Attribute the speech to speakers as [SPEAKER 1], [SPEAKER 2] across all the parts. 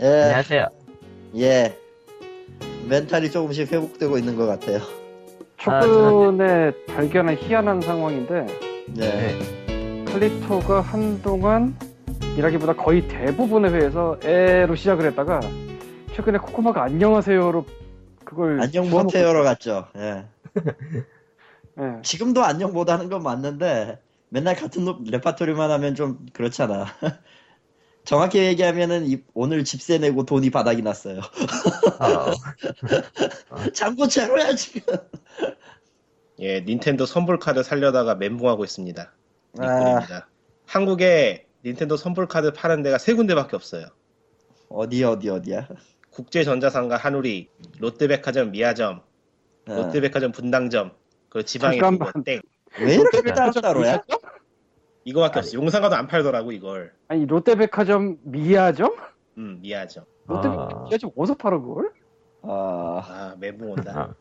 [SPEAKER 1] 예,
[SPEAKER 2] 안녕하세요.
[SPEAKER 1] 예. 멘탈이 조금씩 회복되고 있는 것 같아요.
[SPEAKER 3] 최근에 발견한 희한한 상황인데
[SPEAKER 1] 네.
[SPEAKER 3] 클립토가 한동안 이라기보다 거의 대부분의 회에서 에로 시작을 했다가 최근에 코코마가 안녕하세요로 그걸
[SPEAKER 1] 안녕
[SPEAKER 3] 써먹고-
[SPEAKER 1] 못해요로 갔죠. 예.
[SPEAKER 3] 예.
[SPEAKER 1] 지금도 안녕 못하는 건 맞는데 맨날 같은 노- 레파토리만 하면 좀 그렇잖아. 정확히 얘기하면은 이- 오늘 집세 내고 돈이 바닥이 났어요.
[SPEAKER 2] 어,
[SPEAKER 1] 잠고 채로야 지금.
[SPEAKER 4] 예, 닌텐도 선불 카드 살려다가 멘붕하고 있습니다.
[SPEAKER 1] 아,
[SPEAKER 4] 닉군입니다. 한국에 닌텐도 선불 카드 파는 데가 세 군데밖에 없어요.
[SPEAKER 1] 어디 어디 어디야. 아.
[SPEAKER 4] 국제전자상가 한우리, 롯데백화점 미아점,
[SPEAKER 1] 아,
[SPEAKER 4] 롯데백화점 분당점, 그리고 지방에
[SPEAKER 3] 잠깐만.
[SPEAKER 4] 두고 땡.
[SPEAKER 1] 왜 이렇게 따로따로야?
[SPEAKER 3] 아,
[SPEAKER 4] 이거밖에 없어. 용산가도 안 팔더라고 이걸.
[SPEAKER 3] 아니 롯데백화점 미야점?
[SPEAKER 4] 음, 미아점.
[SPEAKER 3] 롯데백화점 미야점 어디서 팔아 그걸?
[SPEAKER 1] 아,
[SPEAKER 4] 아, 멘붕
[SPEAKER 2] 네.
[SPEAKER 4] 온다.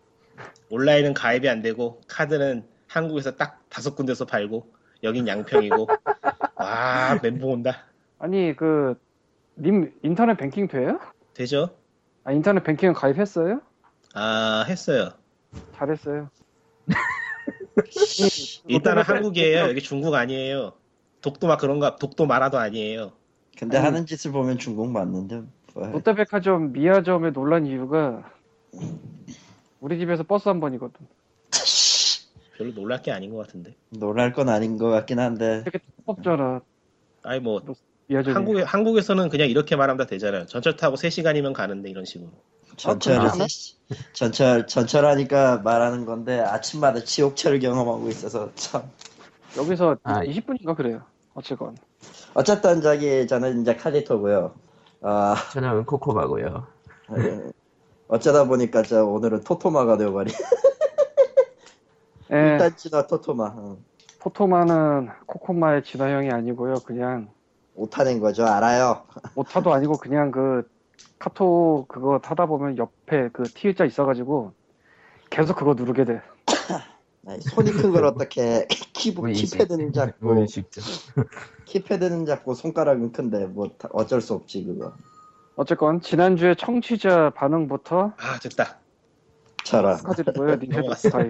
[SPEAKER 4] 온라인은 가입이 안 되고 카드는 한국에서 딱 다섯 군데서 팔고 여긴 양평이고. 와, 멘붕 온다.
[SPEAKER 3] 아니 그 님 인터넷 뱅킹 돼요?
[SPEAKER 4] 되죠?
[SPEAKER 3] 아 인터넷 뱅킹 가입했어요?
[SPEAKER 4] 아, 했어요.
[SPEAKER 3] 잘했어요.
[SPEAKER 4] 일단은
[SPEAKER 3] 롯데백화점
[SPEAKER 4] 한국이에요. 여기 중국 아니에요. 독도 막 그런가 독도 마라도 아니에요.
[SPEAKER 1] 근데
[SPEAKER 3] 아니.
[SPEAKER 1] 하는 짓을 보면 중국 맞는데. 뭐.
[SPEAKER 3] 롯데백화점 미야점에 놀란 이유가 우리 집에서 버스 한 번이거든.
[SPEAKER 4] 별로 놀랄 게 아닌 것 같은데.
[SPEAKER 1] 놀랄 건 아닌 것 같긴 한데.
[SPEAKER 3] 되게 뽑잖아
[SPEAKER 4] 아니 뭐
[SPEAKER 3] 미야점이.
[SPEAKER 4] 한국 한국에서는 그냥 이렇게 말하면 다 되잖아요. 전철 타고 3시간이면 가는데 이런 식으로.
[SPEAKER 1] 전철을
[SPEAKER 3] 아,
[SPEAKER 2] 네.
[SPEAKER 1] 세- 전철 전철하니까 말하는 건데 아침마다 지옥철을 경험하고 있어서 참
[SPEAKER 3] 여기서
[SPEAKER 2] 아,
[SPEAKER 3] 20분인가 그래요. 어쨌건
[SPEAKER 1] 어쨌든 저기 저는 이제 카리토고요. 아
[SPEAKER 2] 저는 코코마고요.
[SPEAKER 1] 예. 어쩌다 보니까 저 오늘은 토토마가 되어버린
[SPEAKER 2] 네.
[SPEAKER 3] 예,
[SPEAKER 1] 일단지나 토토마 응.
[SPEAKER 3] 포토마는 코코마의 진화형이 아니고요. 그냥
[SPEAKER 1] 오타낸 거죠 알아요.
[SPEAKER 3] 오타도 아니고 그냥 그 카톡 그거 타다 보면 옆에 그 T자 있어가지고 계속 그거 누르게 돼.
[SPEAKER 1] 아니, 손이 큰 걸 어떻게 키
[SPEAKER 2] 우리 뭐 이제-
[SPEAKER 1] 뭐
[SPEAKER 2] 네,
[SPEAKER 1] 키패드는 작고
[SPEAKER 2] 우리 직접.
[SPEAKER 1] 키패드는 작고 손가락은 큰데 뭐 다- 어쩔 수 없지 그거.
[SPEAKER 3] 어쨌건 지난주에 청취자 반응부터
[SPEAKER 4] 아, 됐다.
[SPEAKER 1] 저런
[SPEAKER 3] 축하드리고요. 닌텐도
[SPEAKER 4] 넘어갔어.
[SPEAKER 3] 스타일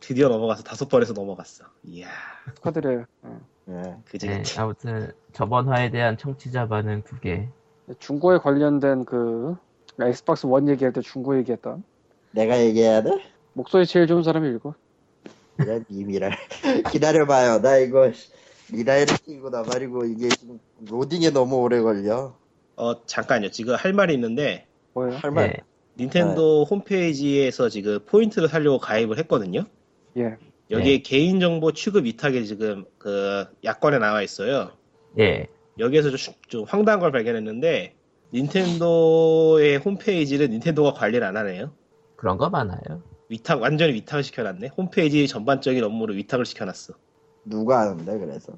[SPEAKER 4] 드디어 넘어가서 다섯 번에서 넘어갔어. 이야.
[SPEAKER 3] 축하드려요. 예.
[SPEAKER 1] 예.
[SPEAKER 4] 그지
[SPEAKER 2] 네,
[SPEAKER 4] 그지.
[SPEAKER 2] 아무튼 저번 화에 대한 청취자 반응 두 개.
[SPEAKER 3] 중고에 관련된 그 엑스박스 원 얘기할 때 중고 얘기했던
[SPEAKER 1] 내가 얘기해야 돼?
[SPEAKER 3] 목소리 제일 좋은 사람이 읽고
[SPEAKER 1] 이런 이미랄 기다려봐요 나 이거 미라이를 끼고 나발이고 이게 지금 로딩에 너무 오래 걸려
[SPEAKER 3] 아.
[SPEAKER 4] 어, 잠깐요. 지금 할 말이 있는데
[SPEAKER 3] 뭐예요?
[SPEAKER 1] 설마
[SPEAKER 2] 네,
[SPEAKER 3] 네.
[SPEAKER 4] 닌텐도 홈페이지에서 지금 포인트를 살려고 가입을 했거든요.
[SPEAKER 3] 예.
[SPEAKER 4] 여기에 개인정보 취급 위탁이 지금 그 약관에 나와 있어요.
[SPEAKER 2] 예.
[SPEAKER 4] 여기에서 좀, 좀 황당한 걸 발견했는데 닌텐도의 홈페이지를 닌텐도가 관리를 안 하네요.
[SPEAKER 2] 그런 거 많아요.
[SPEAKER 4] 위탁 완전히 위탁을 시켜놨네. 홈페이지 전반적인 업무를 위탁을 시켜놨어.
[SPEAKER 1] 누가 아는데 그래서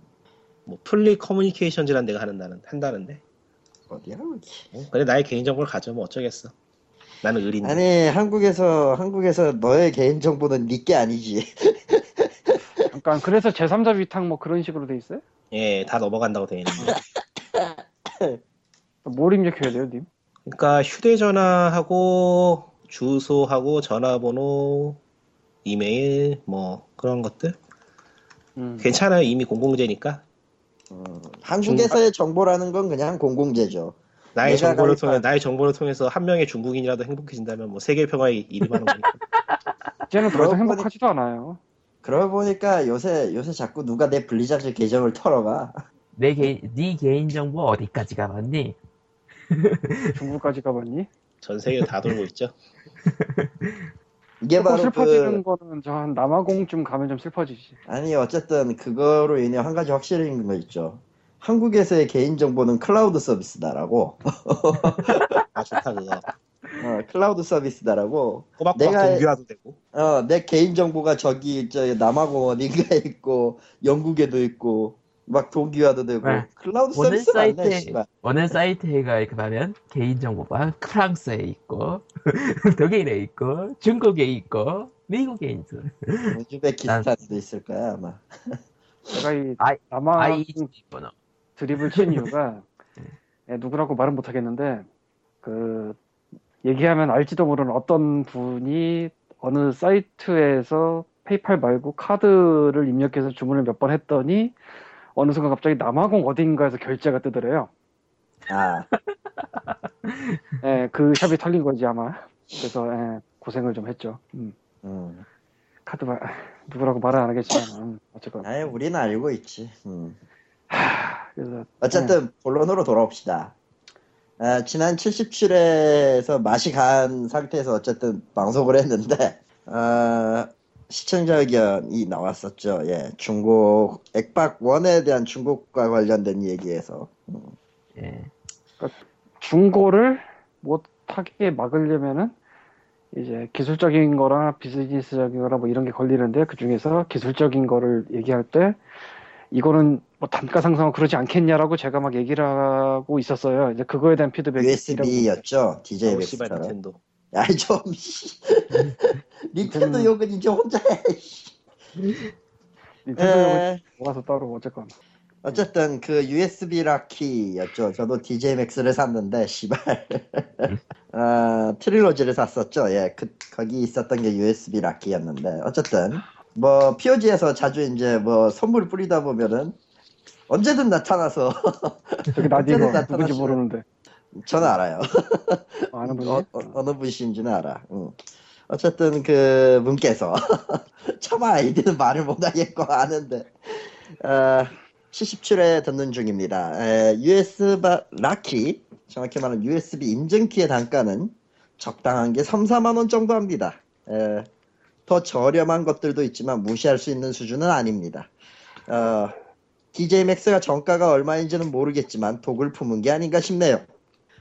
[SPEAKER 4] 뭐 플리 커뮤니케이션이라는 데가 하는다는 한다는데.
[SPEAKER 1] 어디야 여기
[SPEAKER 3] 네.
[SPEAKER 4] 어? 근데 나의 개인정보를 가져면 어쩌겠어. 나는 의리인 데
[SPEAKER 1] 아니 한국에서 한국에서 너의 개인정보는 니게 아니지
[SPEAKER 3] 잠깐 그래서 제3자 위탁 뭐 그런 식으로 돼 있어요?
[SPEAKER 4] 예, 다 넘어간다고 돼 있는데.
[SPEAKER 3] 뭘 입력해야 돼요, 님?
[SPEAKER 4] 그러니까 휴대전화하고 주소하고 전화번호, 이메일 뭐 그런 것들
[SPEAKER 3] 음.
[SPEAKER 4] 괜찮아요. 이미 공공재니까
[SPEAKER 1] 음, 한국에서의 정보라는 건 그냥 공공재죠
[SPEAKER 4] 나의
[SPEAKER 1] 내가
[SPEAKER 4] 정보를
[SPEAKER 1] 가입한-
[SPEAKER 4] 통해 나의 정보를 통해서 한 명의 중국인이라도 행복해진다면 뭐 세계 평화에 이름하는 거니까.
[SPEAKER 3] 이제는 더 이상
[SPEAKER 1] 그러고 보니-
[SPEAKER 3] 행복하지도 않아요.
[SPEAKER 1] 그러고 보니까 요새 요새 자꾸 누가 내 블리자드 계정을 털어가
[SPEAKER 2] 내 개인, 네 개인 정보 어디까지 가봤니?
[SPEAKER 3] 중국까지 가봤니?
[SPEAKER 4] 전 세계 다 돌고 있죠.
[SPEAKER 1] 이게
[SPEAKER 3] 조금
[SPEAKER 1] 바로 그
[SPEAKER 3] 슬퍼지는 거는 저 한 남아공쯤 가면 좀 슬퍼지지.
[SPEAKER 1] 아니 어쨌든 그거로 인해 한 가지 확실한 거 있죠. 한국에서의 개인 정보는 클라우드 서비스다라고.
[SPEAKER 4] 아 좋다 그거.
[SPEAKER 1] 어, 클라우드 서비스다라고.
[SPEAKER 4] 꼬박꼬박
[SPEAKER 1] 내가-
[SPEAKER 4] 동기화도 되고.
[SPEAKER 1] 어, 내 개인 정보가 저기 저 남아공어딘가 있고 영국에도 있고 막 동기화도 되고
[SPEAKER 2] 네.
[SPEAKER 1] 클라우드
[SPEAKER 2] 오늘
[SPEAKER 1] 서비스 맞네.
[SPEAKER 2] 사이트에
[SPEAKER 1] 씨발.
[SPEAKER 2] 오늘 사이트에 가입하면 개인 정보가 프랑스에 있고 독일에 있고 중국에 있고 미국에 있어.
[SPEAKER 1] 우즈베키스탄도 있을 거야 아마.
[SPEAKER 3] 내가 이
[SPEAKER 2] 아이-
[SPEAKER 3] 남아공 음.
[SPEAKER 2] 아이 번호.
[SPEAKER 1] 네.
[SPEAKER 3] 드립을 친 이유가 예, 누구라고 말은 못하겠는데 그 얘기하면 알지도 모르는 어떤 분이 어느 사이트에서 페이팔 말고 카드를 입력해서 주문을 몇 번 했더니 어느 순간 갑자기 남아공 어딘가에서 결제가 뜨더래요.
[SPEAKER 1] 아,
[SPEAKER 3] 예, 그 샵이 털린 거지 아마. 그래서 예, 고생을 좀 했죠. 음,
[SPEAKER 1] 음.
[SPEAKER 3] 카드 말 누구라고 말은 안 하겠지만 음, 어쨌건
[SPEAKER 1] 아예 네. 우리는 알고 있지. 음.
[SPEAKER 3] 그래서
[SPEAKER 1] 어쨌든 본론으로 돌아옵시다. 아, 지난 77회에서 맛이 간 상태에서 어쨌든 방송을 했는데 아, 시청자 의견이 나왔었죠. 예, 중국 액박 원에 대한 중국과 관련된 얘기에서
[SPEAKER 2] 예.
[SPEAKER 3] 중고를 못하게 막으려면은 이제 기술적인 거랑 비즈니스적인 거랑 뭐 이런 게 걸리는데 그 중에서 기술적인 거를 얘기할 때 이거는 뭐 단가 상승하고 그러지 않겠냐라고 제가 막 얘기를 하고 있었어요. 이제 그거에 대한 피드백이
[SPEAKER 1] USB였죠. DJ
[SPEAKER 4] 아우, 어, 씨발
[SPEAKER 1] 웹스터는.
[SPEAKER 4] 닌텐도.
[SPEAKER 1] 아이 좀 씨. 닌텐도
[SPEAKER 3] 음.
[SPEAKER 1] 욕은 이제 혼자 해. 예.
[SPEAKER 3] 닌텐도에
[SPEAKER 1] 에,
[SPEAKER 3] 모아서 따로 어쨌건
[SPEAKER 1] 어쨌든 그 USB 락키였죠. 저도 DJ Max를 샀는데 씨발. 아, 트릴로지를 샀었죠. 예, 그 거기 있었던 게 USB 락키였는데 어쨌든 뭐 POG에서 자주 이제 뭐 선물 뿌리다 보면은 언제든 나타나서
[SPEAKER 3] 저기 나디거
[SPEAKER 1] 어쨌든 나타났어요.
[SPEAKER 3] 누군지 모르는데
[SPEAKER 1] 저는 알아요.
[SPEAKER 3] 어, 아는 분이
[SPEAKER 1] 어, 느 분이신지는 알아. 응. 어쨌든 그 분께서 차마 아이디는 말을 못하겠고 아는데 어, 77회 듣는 중입니다. 에, USB 라키 정확히 말하면 USB 인증키의 단가는 적당한 게 3, 4만 원 정도 합니다. 에, 더 저렴한 것들도 있지만 무시할 수 있는 수준은 아닙니다. 어, DJ Max가 정가가 얼마인지는 모르겠지만 독을 품은 게 아닌가 싶네요.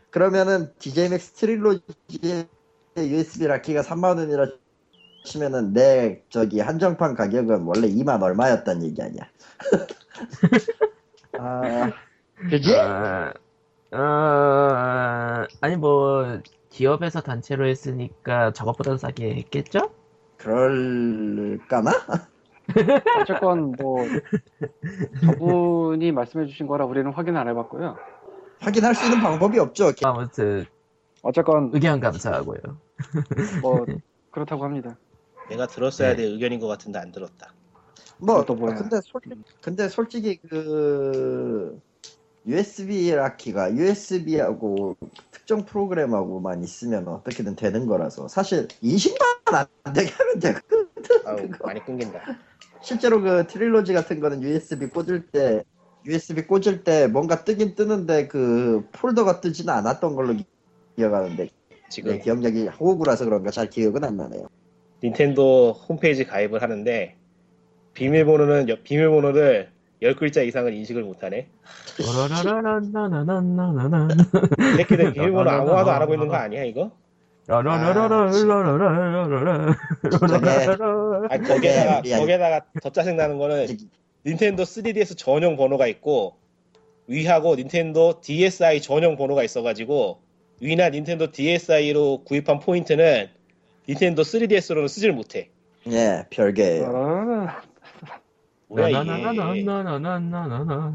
[SPEAKER 1] 그러면은 DJ Max 트릴로지의 USB 라키가 3만 원이라 치면은 내 저기 한정판 가격은 원래 2만 얼마였단 얘기 아니야? 아,
[SPEAKER 2] 어, 어, 아니 뭐 기업에서 단체로 했으니까 저것보다 싸게 했겠죠?
[SPEAKER 1] 그럴까나?
[SPEAKER 3] 어쨌건 뭐 저분이 말씀해주신 거라 우리는 확인 안 해봤고요.
[SPEAKER 1] 확인할 수 있는 방법이 없죠.
[SPEAKER 2] 아무튼
[SPEAKER 3] 어쨌건
[SPEAKER 2] 의견 감사하고요.
[SPEAKER 3] 뭐 그렇다고 합니다.
[SPEAKER 4] 내가 들었어야
[SPEAKER 2] 네.
[SPEAKER 4] 될 의견인 것 같은데 안 들었다.
[SPEAKER 1] 뭐
[SPEAKER 3] 그것도 뭐야. 음.
[SPEAKER 1] 근데 솔직히 근데 솔직히 그 USB 라키가 USB하고 특정 프로그램하고만 있으면 어떻게든 되는 거라서 사실 인식만 안 되게 하면 돼. 그
[SPEAKER 4] 아우 많이 끊긴다.
[SPEAKER 1] 실제로 그 트릴로지 같은 거는 USB 꽂을 때 USB 꽂을 때 뭔가 뜨긴 뜨는데 그 폴더가 뜨지는 않았던 걸로 기- 기억하는데
[SPEAKER 4] 지금
[SPEAKER 1] 네, 기억력이 호구라서 그런가 잘 기억은 안 나네요.
[SPEAKER 4] 닌텐도 홈페이지 가입을 하는데 비밀번호는 여- 비밀번호를 열 글자 이상은 인식을 못하네.
[SPEAKER 2] 라라라라라라라라라.
[SPEAKER 4] 이렇게 된 비밀번호 아무와도 안 하고 있는 거 아니야 이거?
[SPEAKER 2] 라라라라라라라라라라. 라라라라.
[SPEAKER 4] 아
[SPEAKER 1] 네,
[SPEAKER 4] 거기에다가
[SPEAKER 1] 우리 아니-
[SPEAKER 4] 거기에다가 더 짜증 나는 거는 닌텐도 3DS 전용 번호가 있고 위하고 닌텐도 DSi 전용 번호가 있어가지고 위나 닌텐도 DSi로 구입한 포인트는 닌텐도 3DS로는 쓰질 못해.
[SPEAKER 1] 예, 별개예요.
[SPEAKER 3] 아,
[SPEAKER 4] 뭐야 그러니까 이게?
[SPEAKER 2] 라라라라라라라라라.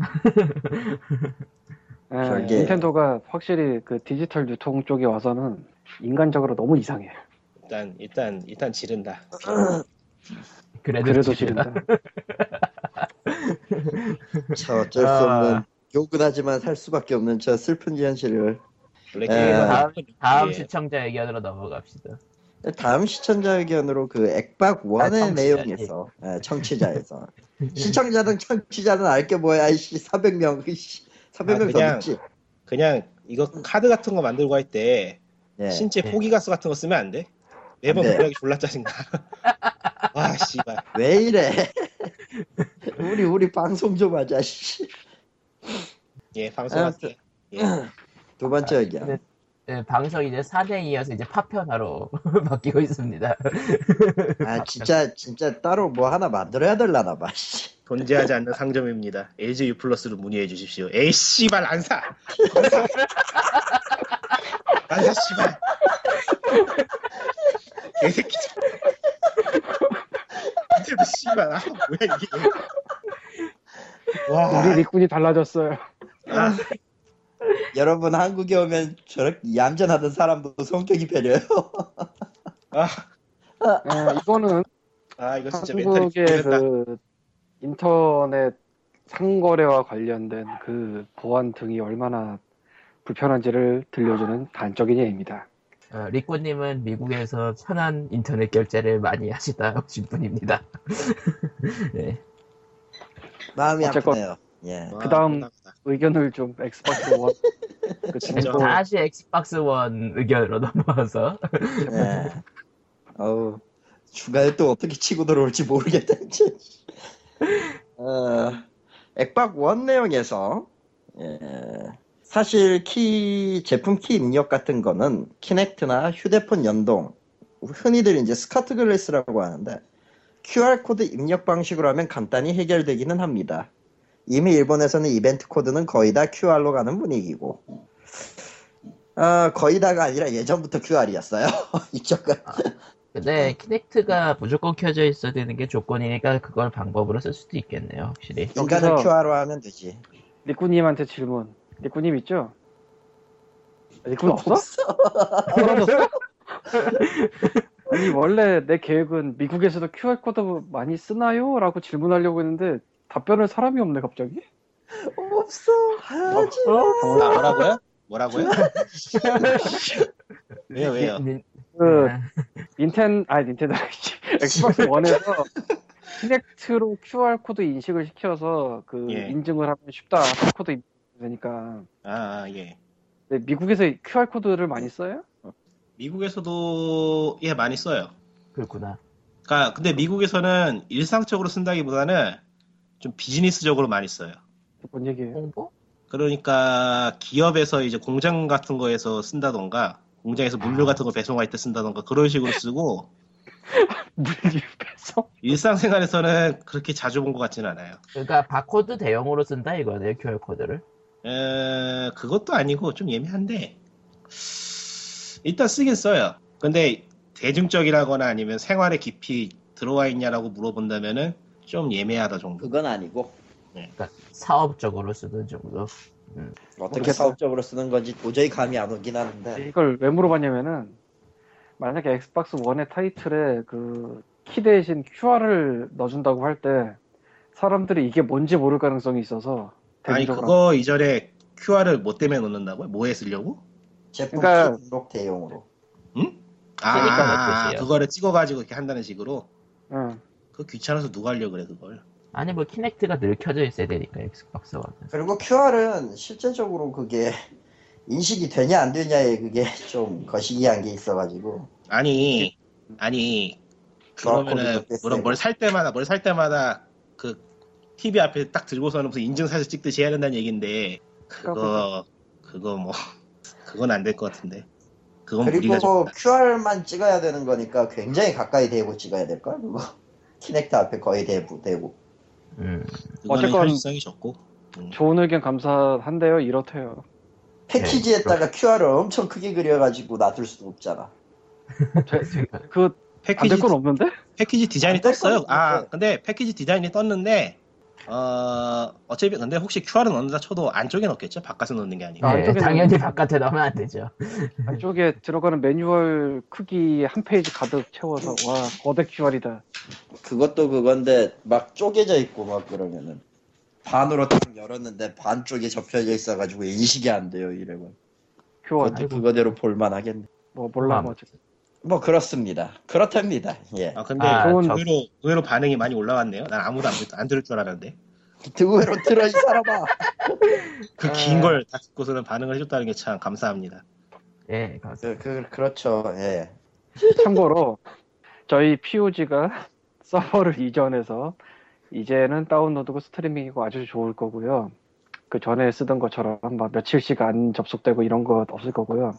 [SPEAKER 3] 예,
[SPEAKER 1] 별개.
[SPEAKER 3] 닌텐도가 확실히 그 디지털 유통 쪽에 와서는 인간적으로 너무 이상해.
[SPEAKER 4] 일단 일단 일단 지른다.
[SPEAKER 2] 그래도
[SPEAKER 3] 그래도
[SPEAKER 2] 지르다.
[SPEAKER 3] 싫은데.
[SPEAKER 1] 저 어쩔 수
[SPEAKER 2] 아.
[SPEAKER 1] 없는 욕은 하지만 살 수밖에 없는 저 슬픈 현실을
[SPEAKER 4] 원래
[SPEAKER 1] 에,
[SPEAKER 4] 게임은
[SPEAKER 1] 아.
[SPEAKER 2] 다음-
[SPEAKER 4] 이렇게
[SPEAKER 2] 다음 시청자 의견으로 넘어갑시다.
[SPEAKER 1] 다음 시청자 의견으로 그 액박 원의
[SPEAKER 2] 아, 청취자,
[SPEAKER 1] 내용에서 예, 청취자에서 시청자든 청취자든 알게 뭐야 이씨 400명 이씨
[SPEAKER 2] 아,
[SPEAKER 1] 400명 더
[SPEAKER 4] 그냥-
[SPEAKER 1] 있지.
[SPEAKER 4] 그냥 이거 카드 같은 거 만들고 할 때
[SPEAKER 1] 예.
[SPEAKER 4] 신체
[SPEAKER 2] 네.
[SPEAKER 4] 포기가스 같은 거 쓰면 안 돼? 매번
[SPEAKER 1] 안 돼.
[SPEAKER 4] 공략이 졸라 짜증나. 와 씨발.
[SPEAKER 1] 왜 이래? 우리 우리 방송 좀 하자. 씨.
[SPEAKER 4] 예
[SPEAKER 1] 아,
[SPEAKER 4] 방송할게.
[SPEAKER 1] 그,
[SPEAKER 4] 예.
[SPEAKER 1] 두 번째 의견.
[SPEAKER 2] 네. 네, 방송 이제 4대 2여서 이제 파편화로 바뀌고 있습니다.
[SPEAKER 1] 아 진짜 진짜 따로 뭐 하나 만들어야 될라나 봐. 씨.
[SPEAKER 4] 존재하지 않는 상점입니다. LG U 플러스로 문의해 주십시오. 에이 씨발 안 사. 안 사. 안 사, 씨발. 개새끼. 이때도 씨발 아 뭐야 이게. 와.
[SPEAKER 3] 우리 리꾼이 달라졌어요.
[SPEAKER 4] 아,
[SPEAKER 1] 여러분 한국에 오면 저렇게 얌전하던 사람도 성격이 배려요.
[SPEAKER 4] 아,
[SPEAKER 3] 예, 이거는
[SPEAKER 4] 아 이거 진짜 멘탈이
[SPEAKER 3] 한국의
[SPEAKER 4] 깨졌다.
[SPEAKER 3] 그 인터넷 상거래와 관련된 그 보안 등이 얼마나 불편한지를 들려주는 단적인 예입니다.
[SPEAKER 2] 어, 리코님은 미국에서 편한 인터넷 결제를 많이 하시다 오신 분입니다. 네.
[SPEAKER 1] 마음이
[SPEAKER 3] 어쨌건-
[SPEAKER 1] 아프네요. 예.
[SPEAKER 4] 와,
[SPEAKER 3] 그다음-
[SPEAKER 4] 끝났다.
[SPEAKER 3] 의견을 좀 엑스박스 원, 그
[SPEAKER 4] 진짜.
[SPEAKER 3] 정보
[SPEAKER 2] 다시 엑스박스 원 의견으로 넘어와서
[SPEAKER 1] 예. 어우, 주가에 또 어떻게 치고 들어올지 모르겠다, 이제. 어, 액박 원 내용에서, 예, 사실 키, 제품 키 입력 같은 거는 키넥트나 휴대폰 연동, 흔히들 이제 스카트 글래스라고 하는데, QR코드 입력 방식으로 하면 간단히 해결되기는 합니다. 이미 일본에서는 이벤트 코드는 거의 다 QR로 가는 분위기고, 아, 거의 다가 아니라 예전부터 QR이었어요. 이쪽은.
[SPEAKER 3] 아,
[SPEAKER 2] 근데 키넥트가 무조건 켜져 있어야 되는 게 조건이니까 그걸 방법으로 쓸 수도 있겠네요 확실히
[SPEAKER 4] 어,
[SPEAKER 1] 인간을
[SPEAKER 3] 여기서-
[SPEAKER 1] QR로 하면 되지.
[SPEAKER 3] 리꾸님한테 질문. 리꾸님 있죠? 리꾸 없어?
[SPEAKER 1] 없어.
[SPEAKER 3] 아니 원래 내 계획은 미국에서도 QR 코드 많이 쓰나요? 라고 질문하려고 했는데 답변을 사람이 없네 갑자기.
[SPEAKER 1] 없어. 하지.
[SPEAKER 4] 아, 뭐라고요? 뭐라고요? 왜요 왜요?
[SPEAKER 2] 닌-
[SPEAKER 3] 그
[SPEAKER 2] 아,
[SPEAKER 3] 닌텐 아 닌텐도 아니지 엑스박스 원에서 키넥트로 QR 코드 인식을 시켜서 그
[SPEAKER 4] 예.
[SPEAKER 3] 인증을 하면 쉽다. 코드 인증 되니까.
[SPEAKER 4] 아, 아, 예.
[SPEAKER 3] 근데 미국에서 QR 코드를 많이 써요?
[SPEAKER 4] 미국에서도 예 많이 써요.
[SPEAKER 2] 그렇구나
[SPEAKER 4] 그러니까 근데 미국에서는 일상적으로 쓴다기보다는 좀 비즈니스적으로 많이 써요.
[SPEAKER 3] 뭔 얘기예요?
[SPEAKER 2] 홍보?
[SPEAKER 4] 그러니까 기업에서 이제 공장 같은 거에서 쓴다던가 공장에서 물류
[SPEAKER 2] 아.
[SPEAKER 4] 같은 거 배송할 때 쓴다던가 그런 식으로 쓰고
[SPEAKER 3] 물류 배송?
[SPEAKER 4] 일상생활에서는 그렇게 자주 본 것 같지는 않아요.
[SPEAKER 2] 그러니까 바코드 대용으로 쓴다 이거네요 QR 코드를
[SPEAKER 4] 에, 그것도 아니고 좀 예민한데 일단 쓰긴 써요. 근데 대중적이라거나 아니면 생활에 깊이 들어와 있냐라고 물어본다면은 좀 예매하다 정도.
[SPEAKER 1] 그건 아니고
[SPEAKER 2] 그러니까 사업적으로 쓰는 정도
[SPEAKER 1] 어떻게 사업적으로 쓰는 건지 도저히 감이 안 오긴 하는데.
[SPEAKER 3] 이걸 왜 물어봤냐면은 만약에 엑스박스 원의 타이틀에 그 키 대신 QR을 넣어준다고 할 때 사람들이 이게 뭔지 모를 가능성이 있어서
[SPEAKER 4] 아니
[SPEAKER 3] 대중적으로
[SPEAKER 4] 그거 이전에 QR을 뭐 때문에 넣는다고요? 뭐에 쓰려고?
[SPEAKER 1] 제품
[SPEAKER 3] 그러니까-
[SPEAKER 1] 키 등록 대용으로.
[SPEAKER 4] 아,
[SPEAKER 2] 그러니까
[SPEAKER 4] 아, 아,
[SPEAKER 2] 넣겠지요.
[SPEAKER 4] 그거를 찍어가지고 이렇게 한다는 식으로
[SPEAKER 3] 응.
[SPEAKER 4] 그 귀찮아서 누가 하려 고 그래 그걸.
[SPEAKER 2] 아니 뭐 키넥트가 늘 켜져 있어야 되니까 엑스박스 원은
[SPEAKER 1] 그리고 QR은 실제적으로 그게 인식이 되냐 안 되냐에 그게 좀 거시기한 게 있어가지고.
[SPEAKER 4] 아니 아니 그러면은
[SPEAKER 1] QR 코드
[SPEAKER 4] 물론 뭘 살 때마다 뭘 살 때마다 그 TV 앞에 딱 들고서는 무슨 인증사진 찍듯이 해야 된다는 얘기인데 그거 그거 뭐 그건 안 될 것 같은데 그건 무리가
[SPEAKER 1] 그리고
[SPEAKER 4] 좀
[SPEAKER 1] QR만 찍어야 되는 거니까 굉장히 가까이 대고 찍어야 될 걸. 그거 키넥트 앞에 거의 대고 대고.
[SPEAKER 2] 음.
[SPEAKER 4] 그거는
[SPEAKER 3] 어쨌건-
[SPEAKER 4] 현실성이 적고 음.
[SPEAKER 3] 예, 좋은 의견 감사한데요 이렇대요 네,
[SPEAKER 1] 패키지에다가 QR을 엄청 크게 그려가지고 놔둘 수도 없잖아.
[SPEAKER 3] 그안될건
[SPEAKER 4] 패키지
[SPEAKER 3] 없는데?
[SPEAKER 4] 패키지 디자인이
[SPEAKER 1] 안될
[SPEAKER 4] 떴어요.
[SPEAKER 1] 거는
[SPEAKER 4] 아,
[SPEAKER 1] 없는데.
[SPEAKER 4] 근데 패키지 디자인이 떴는데, 어, 어차피 근데 혹시 QR을 넣는다 쳐도 안쪽에 넣겠죠? 바깥에 넣는 게 아니고.
[SPEAKER 3] 아,
[SPEAKER 2] 네,
[SPEAKER 3] 안쪽에는-
[SPEAKER 2] 당연히 바깥에 넣으면 안 되죠
[SPEAKER 3] 안쪽에 들어가는 매뉴얼 크기 한 페이지 가득 채워서 와 거대 QR이다
[SPEAKER 1] 그것도 그건데 막 쪼개져 있고 막 그러면은 반으로 딱 열었는데 반쪽에 접혀져 있어가지고 인식이 안 돼요 이래고
[SPEAKER 3] QR
[SPEAKER 1] 그것도 그거대로 볼만하겠네
[SPEAKER 3] 뭐 몰라 뭐 어쨌든
[SPEAKER 1] 뭐 그렇습니다 그렇답니다 예
[SPEAKER 4] 아, 근데
[SPEAKER 2] 아,
[SPEAKER 3] 좋은-
[SPEAKER 4] 의외로, 의외로 반응이 많이 올라왔네요. 난 아무도 안, 듣- 안 들을 줄 알았는데.
[SPEAKER 1] 등으로 들어 이 사람아 아.
[SPEAKER 4] 그 긴 걸 다 듣고서는 반응을 해줬다는 게 참 감사합니다.
[SPEAKER 2] 예 감사합니다
[SPEAKER 1] 그, 그, 그렇죠 예
[SPEAKER 3] 참고로 저희 POG가 서버를 이전해서 이제는 다운로드고 스트리밍이고 아주 좋을 거고요. 그 전에 쓰던 것처럼 막 며칠씩 안 접속되고 이런 거 없을 거고요.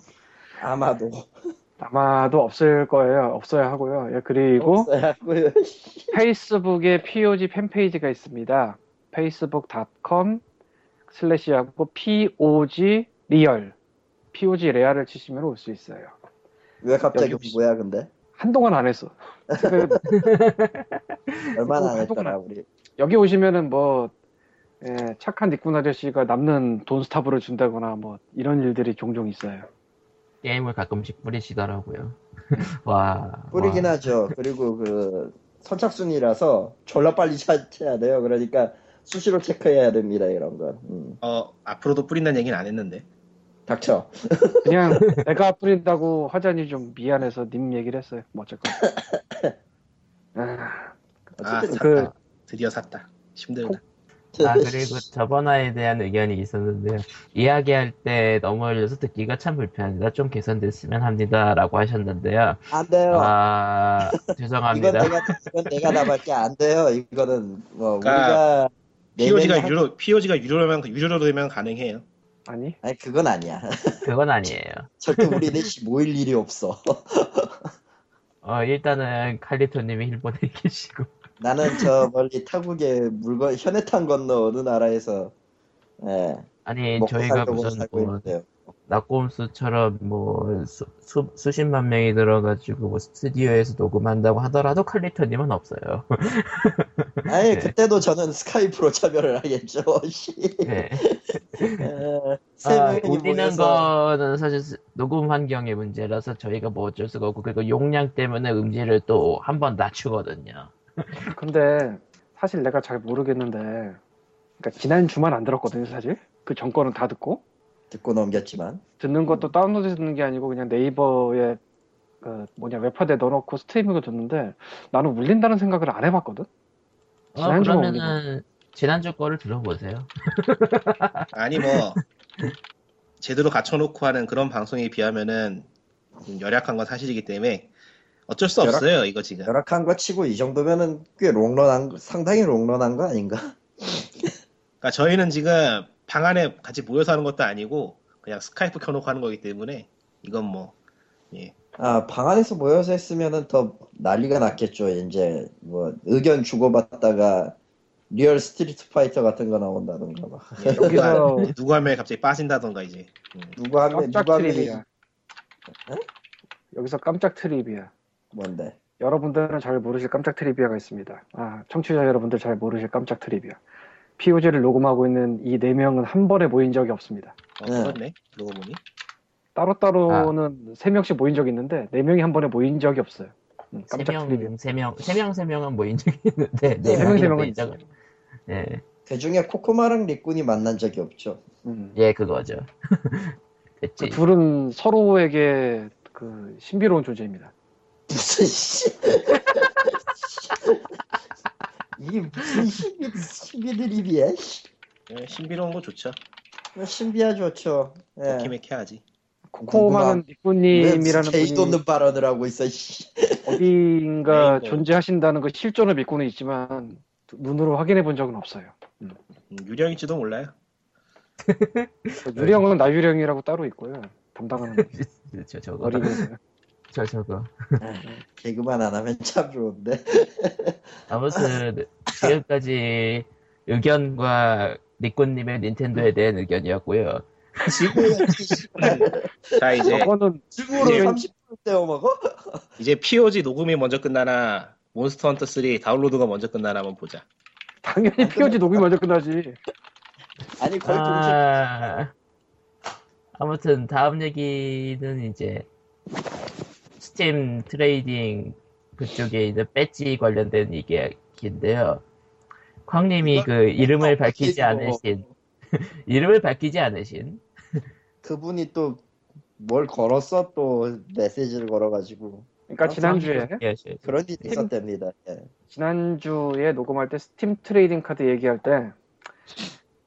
[SPEAKER 1] 아마도
[SPEAKER 3] 아마도 없을 거예요. 없어야 하고요. 예, 그리고
[SPEAKER 1] 없어야 하고요.
[SPEAKER 3] 페이스북에 POG 팬페이지가 있습니다. facebook.com 슬래시하고 POG 리얼 POG 레알을 치시면 올 수 있어요.
[SPEAKER 1] 왜 갑자기
[SPEAKER 3] 여기
[SPEAKER 1] 뭐야 근데
[SPEAKER 3] 한동안 안 했어. 그
[SPEAKER 1] 얼마나 안
[SPEAKER 3] 한동안
[SPEAKER 1] 했더라 우리
[SPEAKER 3] 여기 오시면은 뭐 예, 착한 니꾼 아저씨가 남는 돈 스탑으로 준다거나 뭐 이런 일들이 종종 있어요.
[SPEAKER 2] 게임을 가끔씩 뿌리시더라고요. 와.
[SPEAKER 1] 뿌리긴
[SPEAKER 2] 와.
[SPEAKER 1] 하죠. 그리고 그 선착순이라서 졸라 빨리 찾아야 돼요. 그러니까 수시로 체크해야 됩니다. 이런 건. 음,
[SPEAKER 4] 어 앞으로도 뿌린다는 얘기는 안 했는데
[SPEAKER 1] 닥쳐.
[SPEAKER 3] 그냥 내가 뿌린다고 하자니 좀 미안해서 님 얘기를 했어요. 뭐 어쨌건. 아,
[SPEAKER 4] 아
[SPEAKER 1] 어쨌든
[SPEAKER 4] 샀다
[SPEAKER 3] 그-
[SPEAKER 4] 드디어 샀다 힘들다
[SPEAKER 2] 아, 그리고 저번화에 대한 의견이 있었는데, 이야기할 때 너무 어려서 듣기가 참 불편합니다. 좀 개선됐으면 합니다. 라고 하셨는데요.
[SPEAKER 1] 안 돼요.
[SPEAKER 2] 아,
[SPEAKER 1] 어. 이건
[SPEAKER 2] 죄송합니다.
[SPEAKER 1] 내가 이건 내가 나밖에 안 돼요. 이거는 뭐
[SPEAKER 4] 그러니까
[SPEAKER 1] 우리가
[SPEAKER 4] POG가
[SPEAKER 1] 내면이
[SPEAKER 4] 유료 POG가 유료로면 유료로 되면 가능해요
[SPEAKER 3] 아니
[SPEAKER 1] 한- 아니 그건 아니야.
[SPEAKER 2] 그건 아니에요.
[SPEAKER 1] 절대 우리는 씨 모일 일이 없어.
[SPEAKER 2] 어, 일단은 칼리토님이 일본에 계시고,
[SPEAKER 1] 나는 저 멀리 타국에 물건 현해탄 건너 어느 나라에서 예,
[SPEAKER 2] 아니,
[SPEAKER 1] 먹고
[SPEAKER 2] 저희가
[SPEAKER 1] 살려고
[SPEAKER 2] 무슨
[SPEAKER 1] 살고
[SPEAKER 2] 뭐,
[SPEAKER 1] 있는데요.
[SPEAKER 2] 낙곰수처럼 뭐 수, 십만 명이 들어가지고 뭐 스튜디오에서 녹음한다고 하더라도 칼리토님은 없어요.
[SPEAKER 1] 아예
[SPEAKER 2] 네.
[SPEAKER 1] 그때도 저는 스카이프로 차별을 하겠죠. 씨.
[SPEAKER 2] 네.
[SPEAKER 1] 예, 세
[SPEAKER 2] 아,
[SPEAKER 1] 명이
[SPEAKER 2] 울리는
[SPEAKER 1] 모여서
[SPEAKER 2] 거는 사실 스- 녹음 환경의 문제라서 저희가 뭐 어쩔 수가 없고 그리고 용량 때문에 음질을 또 한 번 낮추거든요.
[SPEAKER 3] 근데 사실 내가 잘 모르겠는데 그러니까 지난 주만 안 들었거든요 사실 그 전거는 다 듣고
[SPEAKER 1] 듣고 넘겼지만
[SPEAKER 3] 듣는 것도 다운로드 듣는 게 아니고 그냥 네이버에 그 뭐냐 웹하드에 넣어놓고 스트리밍을 듣는데 나는 울린다는 생각을 안 해봤거든
[SPEAKER 2] 어,
[SPEAKER 3] 지난주가 뭐
[SPEAKER 2] 그러면은 지난주 거를 들어보세요.
[SPEAKER 4] 아니 뭐 제대로 갖춰놓고 하는 그런 방송에 비하면은 좀 열악한 건 사실이기 때문에 어쩔 수
[SPEAKER 1] 열악-
[SPEAKER 4] 없어요 이거 지금
[SPEAKER 1] 열악한 거 치고 이 정도면은 꽤 롱런한 거- 상당히 롱런한 거 아닌가?
[SPEAKER 4] 그러니까 저희는 지금 방 안에 같이 모여서 하는 것도 아니고 그냥 스카이프 켜놓고 하는 거기 때문에 이건 뭐 예.
[SPEAKER 1] 아방 안에서 모여서 했으면은 더 난리가 났겠죠. 이제 뭐 의견 주고받다가 리얼 스트리트 파이터 같은 거 나온다던가 막
[SPEAKER 4] 예, 누구 한-
[SPEAKER 3] 여기서
[SPEAKER 4] 누구 한 명이 갑자기 빠진다던가 이제 음.
[SPEAKER 1] 누구 하면
[SPEAKER 3] 깜짝
[SPEAKER 1] 누가
[SPEAKER 3] 트립이야
[SPEAKER 1] 하면
[SPEAKER 3] 여기서 깜짝 트립이야
[SPEAKER 1] 뭔데?
[SPEAKER 3] 여러분들은 잘 모르실 깜짝 트리비아가 있습니다. 아, 청취자 여러분들 잘 모르실 깜짝 트리비아. POG를 녹음하고 있는 이 네 명은 한 번에 모인 적이 없습니다.
[SPEAKER 4] 어,
[SPEAKER 1] 네.
[SPEAKER 4] 그렇네 그러고 보니
[SPEAKER 2] 아.
[SPEAKER 3] 따로따로는 세 명씩 모인 적이 있는데 네 명이 한 번에 모인 적이 없어요. 음, 깜짝 트리비아.
[SPEAKER 2] 3명, 3명, 3명, 3명은 뭐 모인 적이
[SPEAKER 1] 네,
[SPEAKER 2] 있는데 네
[SPEAKER 1] 세
[SPEAKER 3] 명, 세
[SPEAKER 2] 명이
[SPEAKER 3] 명은
[SPEAKER 2] 모인 적은 예,
[SPEAKER 1] 그 중에 코코마랑 리꾼이 만난 적이 없죠.
[SPEAKER 3] 음.
[SPEAKER 2] 예 그거죠.
[SPEAKER 3] 그
[SPEAKER 2] 그치.
[SPEAKER 3] 둘은 서로에게 그 신비로운 존재입니다.
[SPEAKER 1] 무슨 씨. 이게 무슨 신비, 신비드립이야? 씨.
[SPEAKER 4] 예, 신비로운 거 좋죠
[SPEAKER 1] 신비야 좋죠. 예.
[SPEAKER 4] 도키메키 하지
[SPEAKER 3] 코코마는 니꾸님이라는
[SPEAKER 1] 개인
[SPEAKER 3] 분이
[SPEAKER 1] 돕는 발언을 하고 있어. 씨.
[SPEAKER 3] 어딘가
[SPEAKER 4] 네, 네.
[SPEAKER 3] 존재하신다는 걸 실존을 믿고는 있지만 눈으로 확인해 본 적은 없어요.
[SPEAKER 4] 음, 유령일지도 몰라요
[SPEAKER 3] 네. 유령은 나유령이라고 따로 있고요. 담당하는
[SPEAKER 2] 저 저거
[SPEAKER 3] 어린이.
[SPEAKER 2] 저 저거.
[SPEAKER 1] 개그만 안 하면 참 좋은데.
[SPEAKER 2] 아무튼 지금까지 의견과 니꾸님의 닌텐도에 대한 의견이었고요.
[SPEAKER 4] 네. 자 이제
[SPEAKER 3] 저거는
[SPEAKER 1] 죽으로
[SPEAKER 4] 예.
[SPEAKER 1] 30분 떼어 먹어?
[SPEAKER 4] 이제 POG 녹음이 먼저 끝나나 몬스터 헌터 3 다운로드가 먼저 끝나나 한번 보자
[SPEAKER 3] 당연히 POG 녹음이 먼저 끝나지.
[SPEAKER 1] 아니 거의 동시에
[SPEAKER 2] 아... 아무튼 다음 얘기는 이제 스팀 트레이딩 그쪽에 있는 배지 관련된 얘기인데요. 광님이 그 이름을 밝히지 않으신 이름을 밝히지 않으신
[SPEAKER 1] 그분이 또 뭘 걸었어 또 메시지를 걸어가지고
[SPEAKER 3] 그러니까
[SPEAKER 1] 아,
[SPEAKER 3] 지난주에
[SPEAKER 2] 얘기하셔야죠.
[SPEAKER 1] 그런 일이 있었답니다. 예.
[SPEAKER 3] 지난주에 녹음할 때 스팀 트레이딩 카드 얘기할 때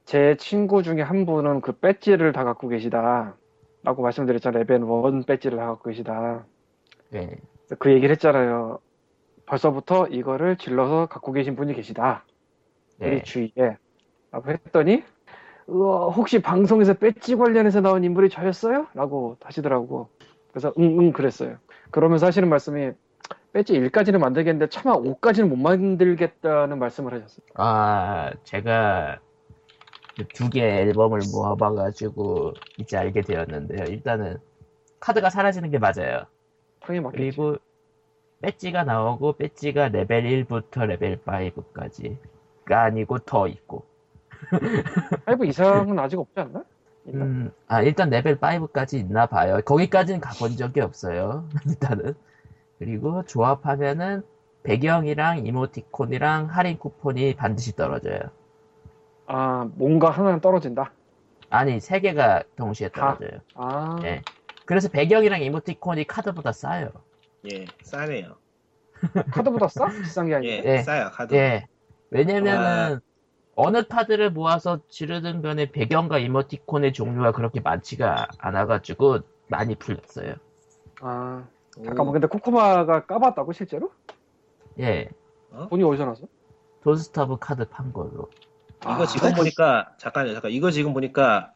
[SPEAKER 3] 제 친구 중에 한 분은 그 배지를 다 갖고 계시다. 라고 말씀드렸잖아요. 레벨 1 배지를 다 갖고 계시다.
[SPEAKER 2] 네.
[SPEAKER 3] 그래서 그 얘기를 했잖아요. 벌써부터 이거를 질러서 갖고 계신 분이 계시다. 우리
[SPEAKER 2] 네.
[SPEAKER 3] 주위에. 라고 했더니 우와, 혹시 방송에서 배지 관련해서 나온 인물이 저였어요? 라고 하시더라고. 그래서 응응 그랬어요. 그러면서 하시는 말씀이 배지 1까지는 만들겠는데 차마 5까지는 못 만들겠다는 말씀을 하셨어요.
[SPEAKER 2] 아, 제가 두 개 앨범을 모아봐가지고 이제 알게 되었는데요. 일단은 카드가 사라지는 게 맞아요.
[SPEAKER 3] 당연히 맞겠지.
[SPEAKER 2] 그리고 배지가 나오고 배지가 레벨 1부터 레벨 5까지가 아니고 그러니까 더 있고
[SPEAKER 3] 5 이상은 아직 없지 않나? 있나?
[SPEAKER 2] 음, 아, 일단 레벨 5까지 있나 봐요. 거기까지는 가본 적이 없어요. 일단은. 그리고 조합하면은 배경이랑 이모티콘이랑 할인 쿠폰이 반드시 떨어져요.
[SPEAKER 3] 아 뭔가 하나는 떨어진다.
[SPEAKER 2] 아니, 세 개가 동시에
[SPEAKER 3] 다?
[SPEAKER 2] 떨어져요.
[SPEAKER 3] 아
[SPEAKER 2] 네. 그래서 배경이랑 이모티콘이 카드보다 싸요.
[SPEAKER 4] 예, 싸네요.
[SPEAKER 3] 카드보다 싸? 비싼 게 아니고.
[SPEAKER 4] 예,
[SPEAKER 2] 예.
[SPEAKER 4] 싸요 카드.
[SPEAKER 2] 예. 왜냐면은 어느 카드를 모아서 지르든 간에 배경과 이모티콘의 종류가 그렇게 많지가 않아가지고 많이 풀렸어요.
[SPEAKER 3] 아
[SPEAKER 2] 음.
[SPEAKER 4] 오,
[SPEAKER 3] 잠깐만 근데 코코마가 까봤다고 실제로?
[SPEAKER 2] 예.
[SPEAKER 3] 돈이 어디서 나서?
[SPEAKER 2] 돈스타브 카드 판 걸로.
[SPEAKER 4] 이거 지금
[SPEAKER 1] 아,
[SPEAKER 4] 보니까 잠깐요, 잠깐. 이거 지금 보니까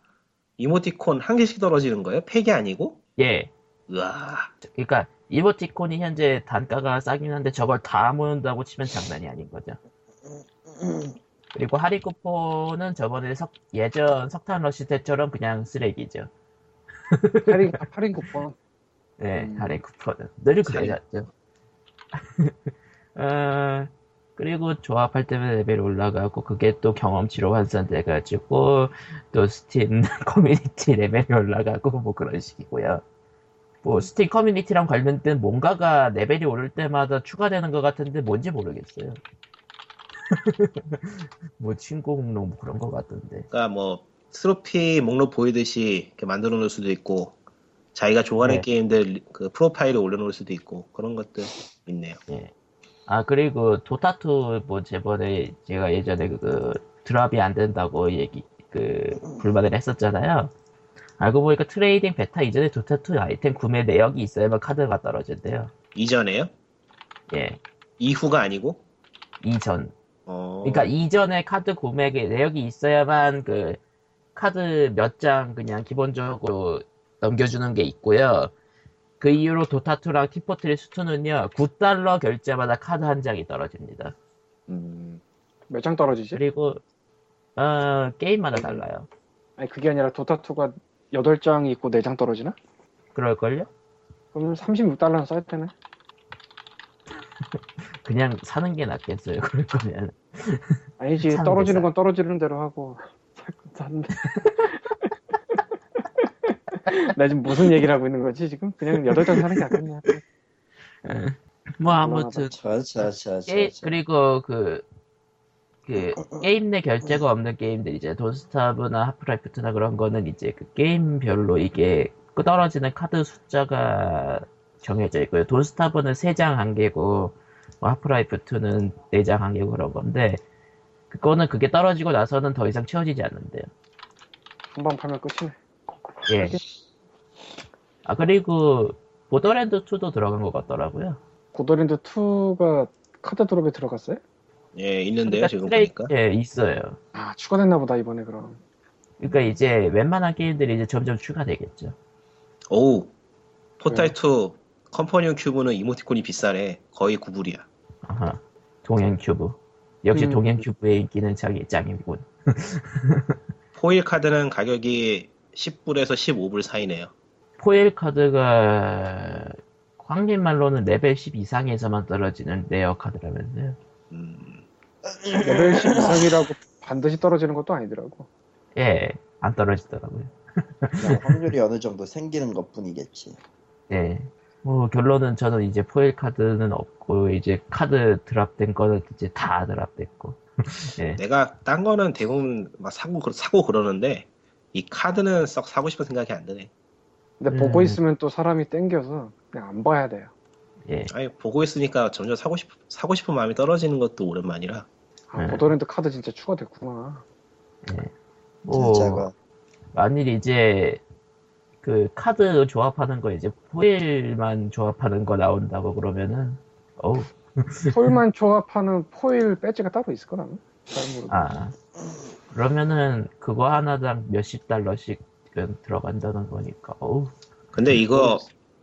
[SPEAKER 4] 이모티콘 한 개씩 떨어지는 거예요? 팩이 아니고?
[SPEAKER 2] 예.
[SPEAKER 4] 으아.
[SPEAKER 2] 그러니까 이모티콘이 현재 단가가 싸긴 한데 저걸 다 모은다고 치면 장난이 아닌 거죠. 그리고 하리쿠폰은 저번에 석- 예전 석탄 러시 때처럼 그냥 쓰레기죠.
[SPEAKER 3] 할인 할인 쿠폰.
[SPEAKER 2] 네,
[SPEAKER 3] 음.
[SPEAKER 2] 할인 쿠폰은 늘 그래야죠. 어, 그리고 조합할 때면 레벨이 올라가고 그게 또 경험치로 환산돼가지고 또 스팀 커뮤니티 레벨이 올라가고 뭐 그런 식이고요. 뭐 스팀 커뮤니티랑 관련된 뭔가가 레벨이 오를 때마다 추가되는 것 같은데 뭔지 모르겠어요. 뭐 친구 목록 뭐 그런 것 같던데.
[SPEAKER 4] 그러니까 뭐 트로피 목록 보이듯이 이렇게 만들어 놓을 수도 있고 자기가 좋아하는
[SPEAKER 2] 네.
[SPEAKER 4] 게임들 그 프로파일에 올려 놓을 수도 있고 그런 것들 있네요.
[SPEAKER 2] 아 그리고 도타투 뭐 저번에 제가 예전에 그 드랍이 안 된다고 얘기 그 불만을 했었잖아요. 알고 보니까 트레이딩 베타 이전에 도타투 아이템 구매 내역이 있어야만 카드가 떨어진대요.
[SPEAKER 4] 이전에요?
[SPEAKER 2] 예
[SPEAKER 4] 이후가 아니고?
[SPEAKER 2] 이전
[SPEAKER 4] 어.
[SPEAKER 2] 그러니까 이전에 카드 구매 내역이 있어야만 그 카드 몇 장 그냥 기본적으로 넘겨주는 게 있고요. 그 이후로 도타투랑 티포트리 수트는요 9달러 결제마다 카드 한 장이 떨어집니다.
[SPEAKER 1] 음,
[SPEAKER 3] 몇 장 떨어지지?
[SPEAKER 2] 그리고 어, 게임마다 달라요.
[SPEAKER 3] 아니 그게 아니라 도타2가 8장 있고 4장 떨어지나?
[SPEAKER 2] 그럴걸요?
[SPEAKER 3] 그럼 36달러는 써야 되네.
[SPEAKER 2] 그냥 사는 게 낫겠어요. 그럴 거면.
[SPEAKER 3] 아니지
[SPEAKER 2] 참 비싸.
[SPEAKER 3] 떨어지는 건 떨어지는 대로 하고 자꾸 나 지금 무슨 얘기를 하고 있는 거지 지금? 그냥 8장 사는 게 아깝냐
[SPEAKER 2] 뭐 아무튼
[SPEAKER 1] 저, 저, 저, 저,
[SPEAKER 2] 게,
[SPEAKER 1] 저.
[SPEAKER 2] 예, 그리고 그, 그 게임 내 결제가 없는 게임들 이제 돈스타브나 하프라이프트나 그런 거는 이제 그 게임별로 이게 그 떨어지는 카드 숫자가 정해져 있고요. 돈스타브는 3장 한 개고 뭐 하프라이프트는 4장 한 개고 그런 건데 그거는 그게 떨어지고 나서는 더 이상 채워지지 않는데요.
[SPEAKER 3] 한방 팔면 끝이네
[SPEAKER 2] 예. 아 그리고 보더랜드 2도 들어간 것 같더라고요.
[SPEAKER 3] 고더랜드 2가 카드 드롭에 들어갔어요?
[SPEAKER 4] 예, 있는데요, 지금
[SPEAKER 2] 트레이-
[SPEAKER 4] 보니까.
[SPEAKER 2] 예 있어요.
[SPEAKER 3] 아 추가됐나 보다 이번에 그럼
[SPEAKER 2] 그러니까 이제 웬만한 게임들이 이제 점점 추가되겠죠.
[SPEAKER 4] 오우.
[SPEAKER 2] 네.
[SPEAKER 4] 포탈2 컴퍼니온 큐브는 이모티콘이 비싸네. 거의 구불이야.
[SPEAKER 2] 아하. 동행 큐브. 역시
[SPEAKER 3] 음.
[SPEAKER 2] 동행 큐브의 인기는 자기 짱이군.
[SPEAKER 4] 포일 카드는 가격이 10불에서 15불 사이네요.
[SPEAKER 2] 포일 카드가 황님 말로는 레벨 10 이상에서만 떨어지는 레어 카드라면서요.
[SPEAKER 4] 음,
[SPEAKER 3] 레벨 10 이상이라고 반드시 떨어지는 것도 아니더라고
[SPEAKER 2] 예, 안 떨어지더라고요.
[SPEAKER 1] 그냥 확률이 어느 정도 생기는 것 뿐이겠지.
[SPEAKER 2] 예. 뭐 결론은 저는 이제 포일 카드는 없고 이제 카드 드랍된 거는 이제 다 드랍됐고.
[SPEAKER 1] 네,
[SPEAKER 2] 예.
[SPEAKER 4] 내가 딴 거는 대부분 막 사고 그러- 사고 그러는데 이 카드는 썩 사고 싶은 생각이 안 드네.
[SPEAKER 3] 근데
[SPEAKER 2] 음.
[SPEAKER 3] 보고 있으면 또 사람이 땡겨서 그냥 안 봐야 돼요
[SPEAKER 2] 예.
[SPEAKER 4] 아니 보고 있으니까 점점 사고 싶 사고 싶은 마음이 떨어지는 것도 오랜만이라.
[SPEAKER 3] 아
[SPEAKER 2] 네.
[SPEAKER 3] 고더랜드 카드 진짜 추가됐구나
[SPEAKER 2] 뭐
[SPEAKER 1] 진짜가.
[SPEAKER 2] 만일 이제 그 카드 조합하는 거 이제 포일만 조합하는 거 나온다고 그러면은 어우
[SPEAKER 3] 포일만 조합하는 포일 배지가 따로 있을 거라면 잘 모르겠어
[SPEAKER 2] 아 그러면은 그거 하나당 몇십 달러씩은 들어간다는 거니까 어우
[SPEAKER 4] 근데 이거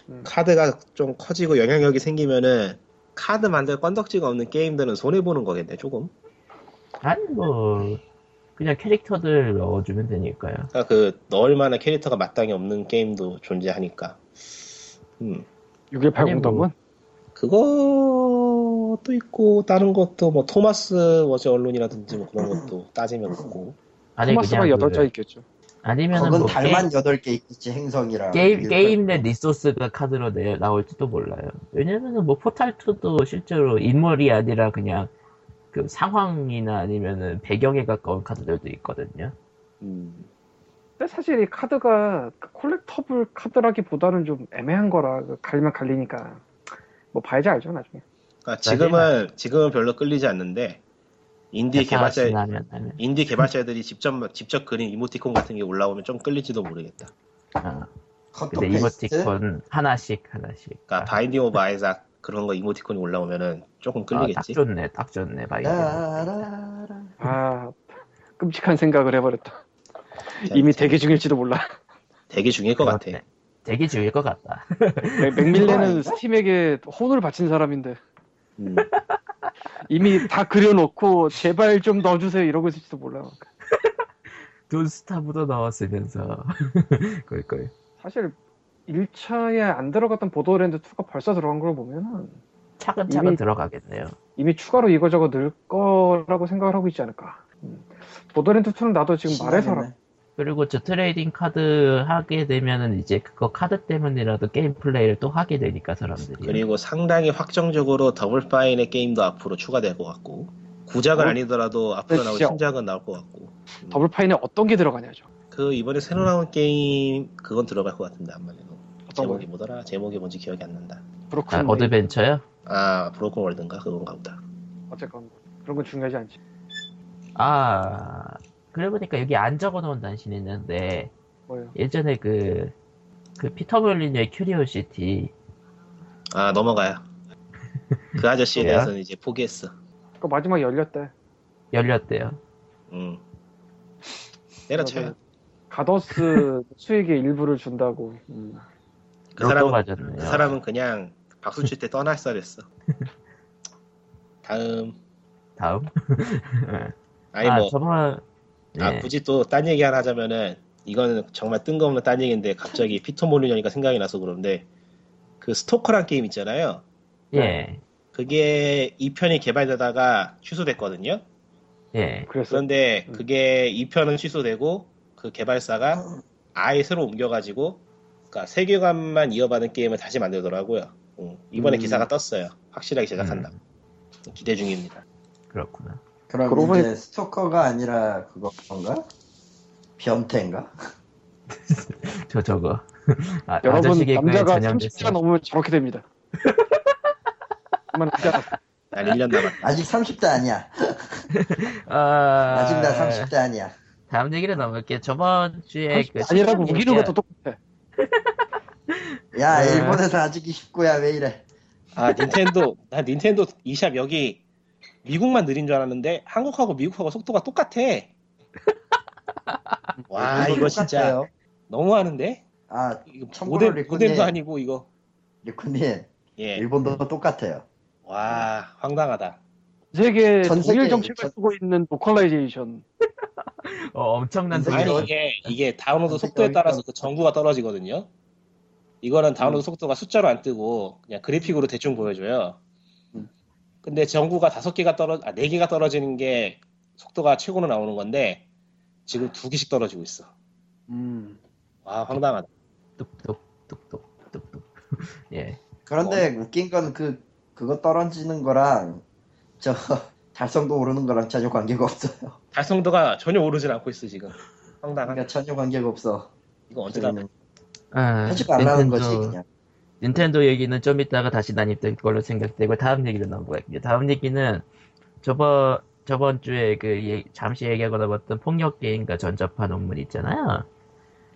[SPEAKER 3] 음.
[SPEAKER 4] 카드가 좀 커지고 영향력이 생기면은 카드 만들 건덕지가 없는 게임들은 손해 보는 거겠네 조금.
[SPEAKER 2] 아니 뭐 그냥 캐릭터들 넣어주면 되니까요.
[SPEAKER 4] 그러니까 그 넣을 만한 캐릭터가 마땅히 없는 게임도 존재하니까. 음
[SPEAKER 3] 618
[SPEAKER 2] 아니, 뭐.
[SPEAKER 3] 공덤은?
[SPEAKER 4] 그것도 있고 다른 것도 뭐 토마스 워즈 언론이라든지 뭐 그런 것도 따지면 있고.
[SPEAKER 2] 아니
[SPEAKER 3] 토마스가
[SPEAKER 2] 그냥
[SPEAKER 3] 여덟 자
[SPEAKER 2] 그,
[SPEAKER 3] 있겠죠.
[SPEAKER 2] 아니면은
[SPEAKER 1] 그건
[SPEAKER 2] 뭐
[SPEAKER 1] 달만 8개 있겠지 행성이랑
[SPEAKER 2] 게임
[SPEAKER 1] 아, 이렇게. 그,
[SPEAKER 2] 게임 내 리소스가 카드로 내, 나올지도 몰라요. 왜냐면은 뭐 포탈 2도 실제로 인물이 아니라 그냥 그 상황이나 아니면은 배경에 가까운 카드들도 있거든요.
[SPEAKER 4] 음.
[SPEAKER 3] 근데 사실 이 카드가 그 콜렉터블 카드라기보다는 좀 애매한 거라 그 갈리면 갈리니까 뭐 봐야지 알죠 나중에.
[SPEAKER 4] 그러니까 지금은 지금은 별로 끌리지 않는데
[SPEAKER 2] 아,
[SPEAKER 4] 인디 개발자
[SPEAKER 2] 하면 하면.
[SPEAKER 4] 인디 개발자들이 직접 직접 그린 이모티콘 같은 게 올라오면 좀 끌릴지도 모르겠다.
[SPEAKER 2] 아, 근데
[SPEAKER 1] 컷토페이스트
[SPEAKER 2] 이모티콘 하나씩 하나씩.
[SPEAKER 4] 그러니까 바인딩 오브 아이작 그런 거 이모티콘이 올라오면은 조금
[SPEAKER 2] 아, 딱
[SPEAKER 4] 끌리겠지.
[SPEAKER 2] 좋네, 딱 좋네. 바이오.
[SPEAKER 1] 아. 라라라.
[SPEAKER 3] 아 끔찍한 생각을 해버렸다. 이미 대기 중일지도 몰라.
[SPEAKER 4] 되게 중요할 것 같아.
[SPEAKER 2] 그렇네. 되게 좋을 것 같다.
[SPEAKER 3] 맥- 맥밀레는 스팀에게 혼을 바친 사람인데
[SPEAKER 4] 음.
[SPEAKER 3] 이미 다 그려놓고 제발 좀 넣어주세요 이러고 있을지도 몰라.
[SPEAKER 2] 돈스타브도 나왔으면서 그걸
[SPEAKER 3] 사실 1차에 안 들어갔던 보더랜드 2가 벌써 들어간 걸 보면은
[SPEAKER 2] 차근차근
[SPEAKER 3] 이미-
[SPEAKER 2] 들어가겠네요.
[SPEAKER 3] 이미 추가로 이거저거 넣을 거라고 생각을 하고 있지 않을까. 음. 보더랜드 2는 나도 지금 말해서라.
[SPEAKER 1] 신나겠네.
[SPEAKER 2] 그리고 저 트레이딩 카드 하게 되면은 이제 그거 카드 때문이라도 게임 플레이를 또 하게 되니까 사람들이.
[SPEAKER 4] 그리고 상당히 확정적으로 더블 파인의 게임도 앞으로 추가될 것 같고 구작은
[SPEAKER 3] 어?
[SPEAKER 4] 아니더라도 앞으로
[SPEAKER 3] 근데
[SPEAKER 4] 나올
[SPEAKER 3] 진짜-
[SPEAKER 4] 신작은 나올 것 같고
[SPEAKER 3] 더블파인에 어떤 게 들어가냐죠.
[SPEAKER 4] 그 이번에 새로 나온 게임 그건 들어갈 것 같은데 안 말해도
[SPEAKER 3] 어떤
[SPEAKER 4] 제목이
[SPEAKER 3] 거예요?
[SPEAKER 4] 뭐더라 제목이 뭔지 기억이 안 난다
[SPEAKER 3] 브로큰
[SPEAKER 2] 아,
[SPEAKER 3] 웨이.
[SPEAKER 2] 어드벤처요?
[SPEAKER 4] 아 브로큰 월드인가 그건가 보다
[SPEAKER 3] 어쨌건 그런 건 중요하지 않지.
[SPEAKER 2] 아, 그래 보니까 여기 안 적어놓은 단신이 있는데
[SPEAKER 3] 뭐예요?
[SPEAKER 2] 예전에 그, 그 피터 몰리뉴의 큐리오 시티
[SPEAKER 4] 아 넘어가요 그 아저씨에
[SPEAKER 2] 왜요?
[SPEAKER 4] 대해서는 이제 포기했어
[SPEAKER 3] 그 마지막 열렸대.
[SPEAKER 2] 열렸대요.
[SPEAKER 4] 음
[SPEAKER 3] 그렇죠.
[SPEAKER 4] 때려쳐요
[SPEAKER 3] 가더스 수익의 일부를 준다고. 음.
[SPEAKER 4] 그 사람은
[SPEAKER 2] 맞았네요.
[SPEAKER 4] 그 사람은 그냥 박수 칠 때 떠날 썰했어 다음
[SPEAKER 2] 다음.
[SPEAKER 4] 아니
[SPEAKER 2] 아,
[SPEAKER 4] 뭐
[SPEAKER 2] 저번 네.
[SPEAKER 4] 아, 굳이 또 딴 얘기 하나 하자면은 이거는 정말 뜬금없는 딴 얘기인데 갑자기 피터 몰리니까 생각이 나서 그런데 그 스토커란 게임 있잖아요.
[SPEAKER 2] 예.
[SPEAKER 4] 그게 2편이 개발되다가 취소됐거든요.
[SPEAKER 2] 예.
[SPEAKER 3] 그래서
[SPEAKER 4] 그런데
[SPEAKER 3] 음.
[SPEAKER 4] 그게 2편은 취소되고 그 개발사가 아예 새로 옮겨가지고 그러니까 세계관만 이어받은 게임을 다시 만들더라고요. 음, 이번에
[SPEAKER 3] 음.
[SPEAKER 4] 기사가 떴어요. 확실하게 제작한다. 기대 중입니다.
[SPEAKER 2] 그렇구나.
[SPEAKER 1] 그럼
[SPEAKER 3] 그러고
[SPEAKER 1] 이제 스토커가 아니라 그건가? 변태인가?
[SPEAKER 2] 저 저거. 아,
[SPEAKER 3] 여러분
[SPEAKER 2] 아저씨 개그에
[SPEAKER 3] 남자가
[SPEAKER 2] 전염됐어요.
[SPEAKER 3] 30대가 넘으면 저렇게 됩니다. 정말 진짜
[SPEAKER 4] 난 1년 남았.
[SPEAKER 1] 아직 30대 아니야.
[SPEAKER 2] 아,
[SPEAKER 1] 아직 나 30대 아니야.
[SPEAKER 2] 다음 얘기를 넘을게. 저번 주에 그 시장
[SPEAKER 3] 아니라고 우기는
[SPEAKER 2] 얘기가-
[SPEAKER 3] 것도 똑같아.
[SPEAKER 1] 야
[SPEAKER 3] 네.
[SPEAKER 1] 일본에서 아직 29야 왜 이래?
[SPEAKER 4] 아 닌텐도 나 닌텐도 이샵 여기 미국만 느린 줄 알았는데 한국하고 미국하고 속도가 똑같아. 와
[SPEAKER 1] 일본
[SPEAKER 4] 이거 진짜
[SPEAKER 1] 똑같아요.
[SPEAKER 4] 너무하는데?
[SPEAKER 1] 아
[SPEAKER 4] 이거
[SPEAKER 1] 참고로
[SPEAKER 4] 모델
[SPEAKER 1] 리코님.
[SPEAKER 4] 모델도 아니고 이거
[SPEAKER 1] 리쿠님
[SPEAKER 4] 예.
[SPEAKER 1] 일본도 똑같아요.
[SPEAKER 4] 와 황당하다.
[SPEAKER 3] 세계
[SPEAKER 1] 전
[SPEAKER 3] 동일
[SPEAKER 1] 세계
[SPEAKER 3] 정책을
[SPEAKER 1] 전-
[SPEAKER 3] 쓰고 있는 로컬라이제이션.
[SPEAKER 2] 어, 엄청난
[SPEAKER 1] 아니,
[SPEAKER 4] 아니
[SPEAKER 2] 소리가
[SPEAKER 4] 이게 이게 다운로드
[SPEAKER 1] 전 세계
[SPEAKER 4] 속도에
[SPEAKER 1] 어디
[SPEAKER 4] 따라서
[SPEAKER 1] 가나.
[SPEAKER 4] 그 전구가 떨어지거든요. 이거는 다운로드 속도가 숫자로 안 뜨고 그냥 그래픽으로 대충 보여줘요.
[SPEAKER 1] 음.
[SPEAKER 4] 근데 전구가 다섯 개가 떨어 아 네 개가 떨어지는 게 속도가 최고로 나오는 건데 지금 두 개씩 떨어지고 있어.
[SPEAKER 3] 음.
[SPEAKER 4] 와 황당하다.
[SPEAKER 2] 뚝뚝 뚝뚝 뚝뚝. 예.
[SPEAKER 3] 어.
[SPEAKER 1] 그런데 웃긴 건 그 그거 떨어지는 거랑 저 달성도 오르는 거랑 전혀 관계가
[SPEAKER 3] 아.
[SPEAKER 1] 없어요.
[SPEAKER 4] 달성도가 전혀 오르진 않고 있어 지금. 황당한.
[SPEAKER 1] 그러니까 전혀 관계가 없어.
[SPEAKER 4] 이거 언제 나?
[SPEAKER 1] 저희는
[SPEAKER 2] 아,
[SPEAKER 1] 하지 말라는 거지
[SPEAKER 2] 닌텐도-
[SPEAKER 1] 그냥.
[SPEAKER 2] 닌텐도 얘기는 좀 이따가 다시 난입될 걸로 생각되고 다음 얘기로 넘어갈게요. 다음 얘기는 저번 저번 주에 그 얘- 잠시 얘기하고 나왔던 폭력 게임과 전자파 논문 있잖아요.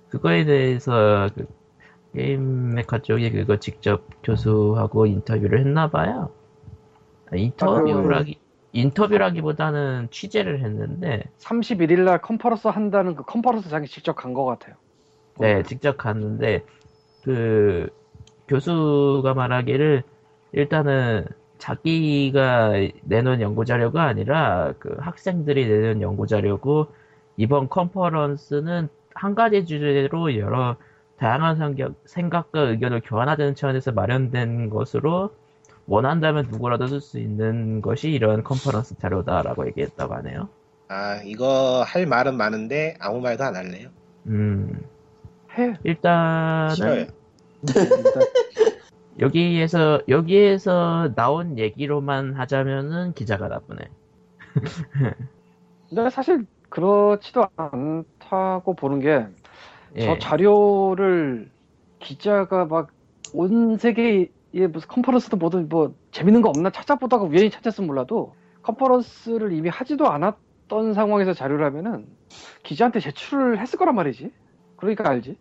[SPEAKER 2] 그거에 대해서 그 게임 메카 쪽에 그거 직접 교수하고 인터뷰를 했나 봐요. 아, 인터뷰라기 인터뷰라기보다는 취재를 했는데
[SPEAKER 3] 31일 날 컨퍼런스 한다는 그 컨퍼런스 장에 직접 간 것 같아요.
[SPEAKER 4] 어.
[SPEAKER 2] 네, 직접 갔는데, 그, 교수가 말하기를, 일단은 자기가 내놓은 연구자료가 아니라, 그 학생들이 내놓은 연구자료고, 이번 컨퍼런스는 한 가지 주제로 여러 다양한 성격, 생각과 의견을 교환하자는 차원에서 마련된 것으로, 원한다면 누구라도 쓸 수 있는 것이 이런 컨퍼런스 자료다라고 얘기했다고 하네요.
[SPEAKER 4] 아 이거 할 말은 많은데 아무 말도 안 할래요.
[SPEAKER 2] 음,
[SPEAKER 3] 해.
[SPEAKER 2] 일단은
[SPEAKER 4] 싫어요.
[SPEAKER 3] 일단
[SPEAKER 2] 여기에서 여기에서 나온 얘기로만 하자면은 기자가 나쁘네.
[SPEAKER 3] 근데 사실 그렇지도 않다고 보는 게 저
[SPEAKER 2] 예.
[SPEAKER 3] 자료를 기자가 막 온 세계에 무슨 컨퍼런스도 뭐든 뭐 재밌는 거 없나 찾아보다가 우연히 찾았으면 몰라도 컨퍼런스를 이미 하지도 않았던 상황에서 자료를 하면은 기자한테 제출을 했을 거란 말이지. 그러니까 알지.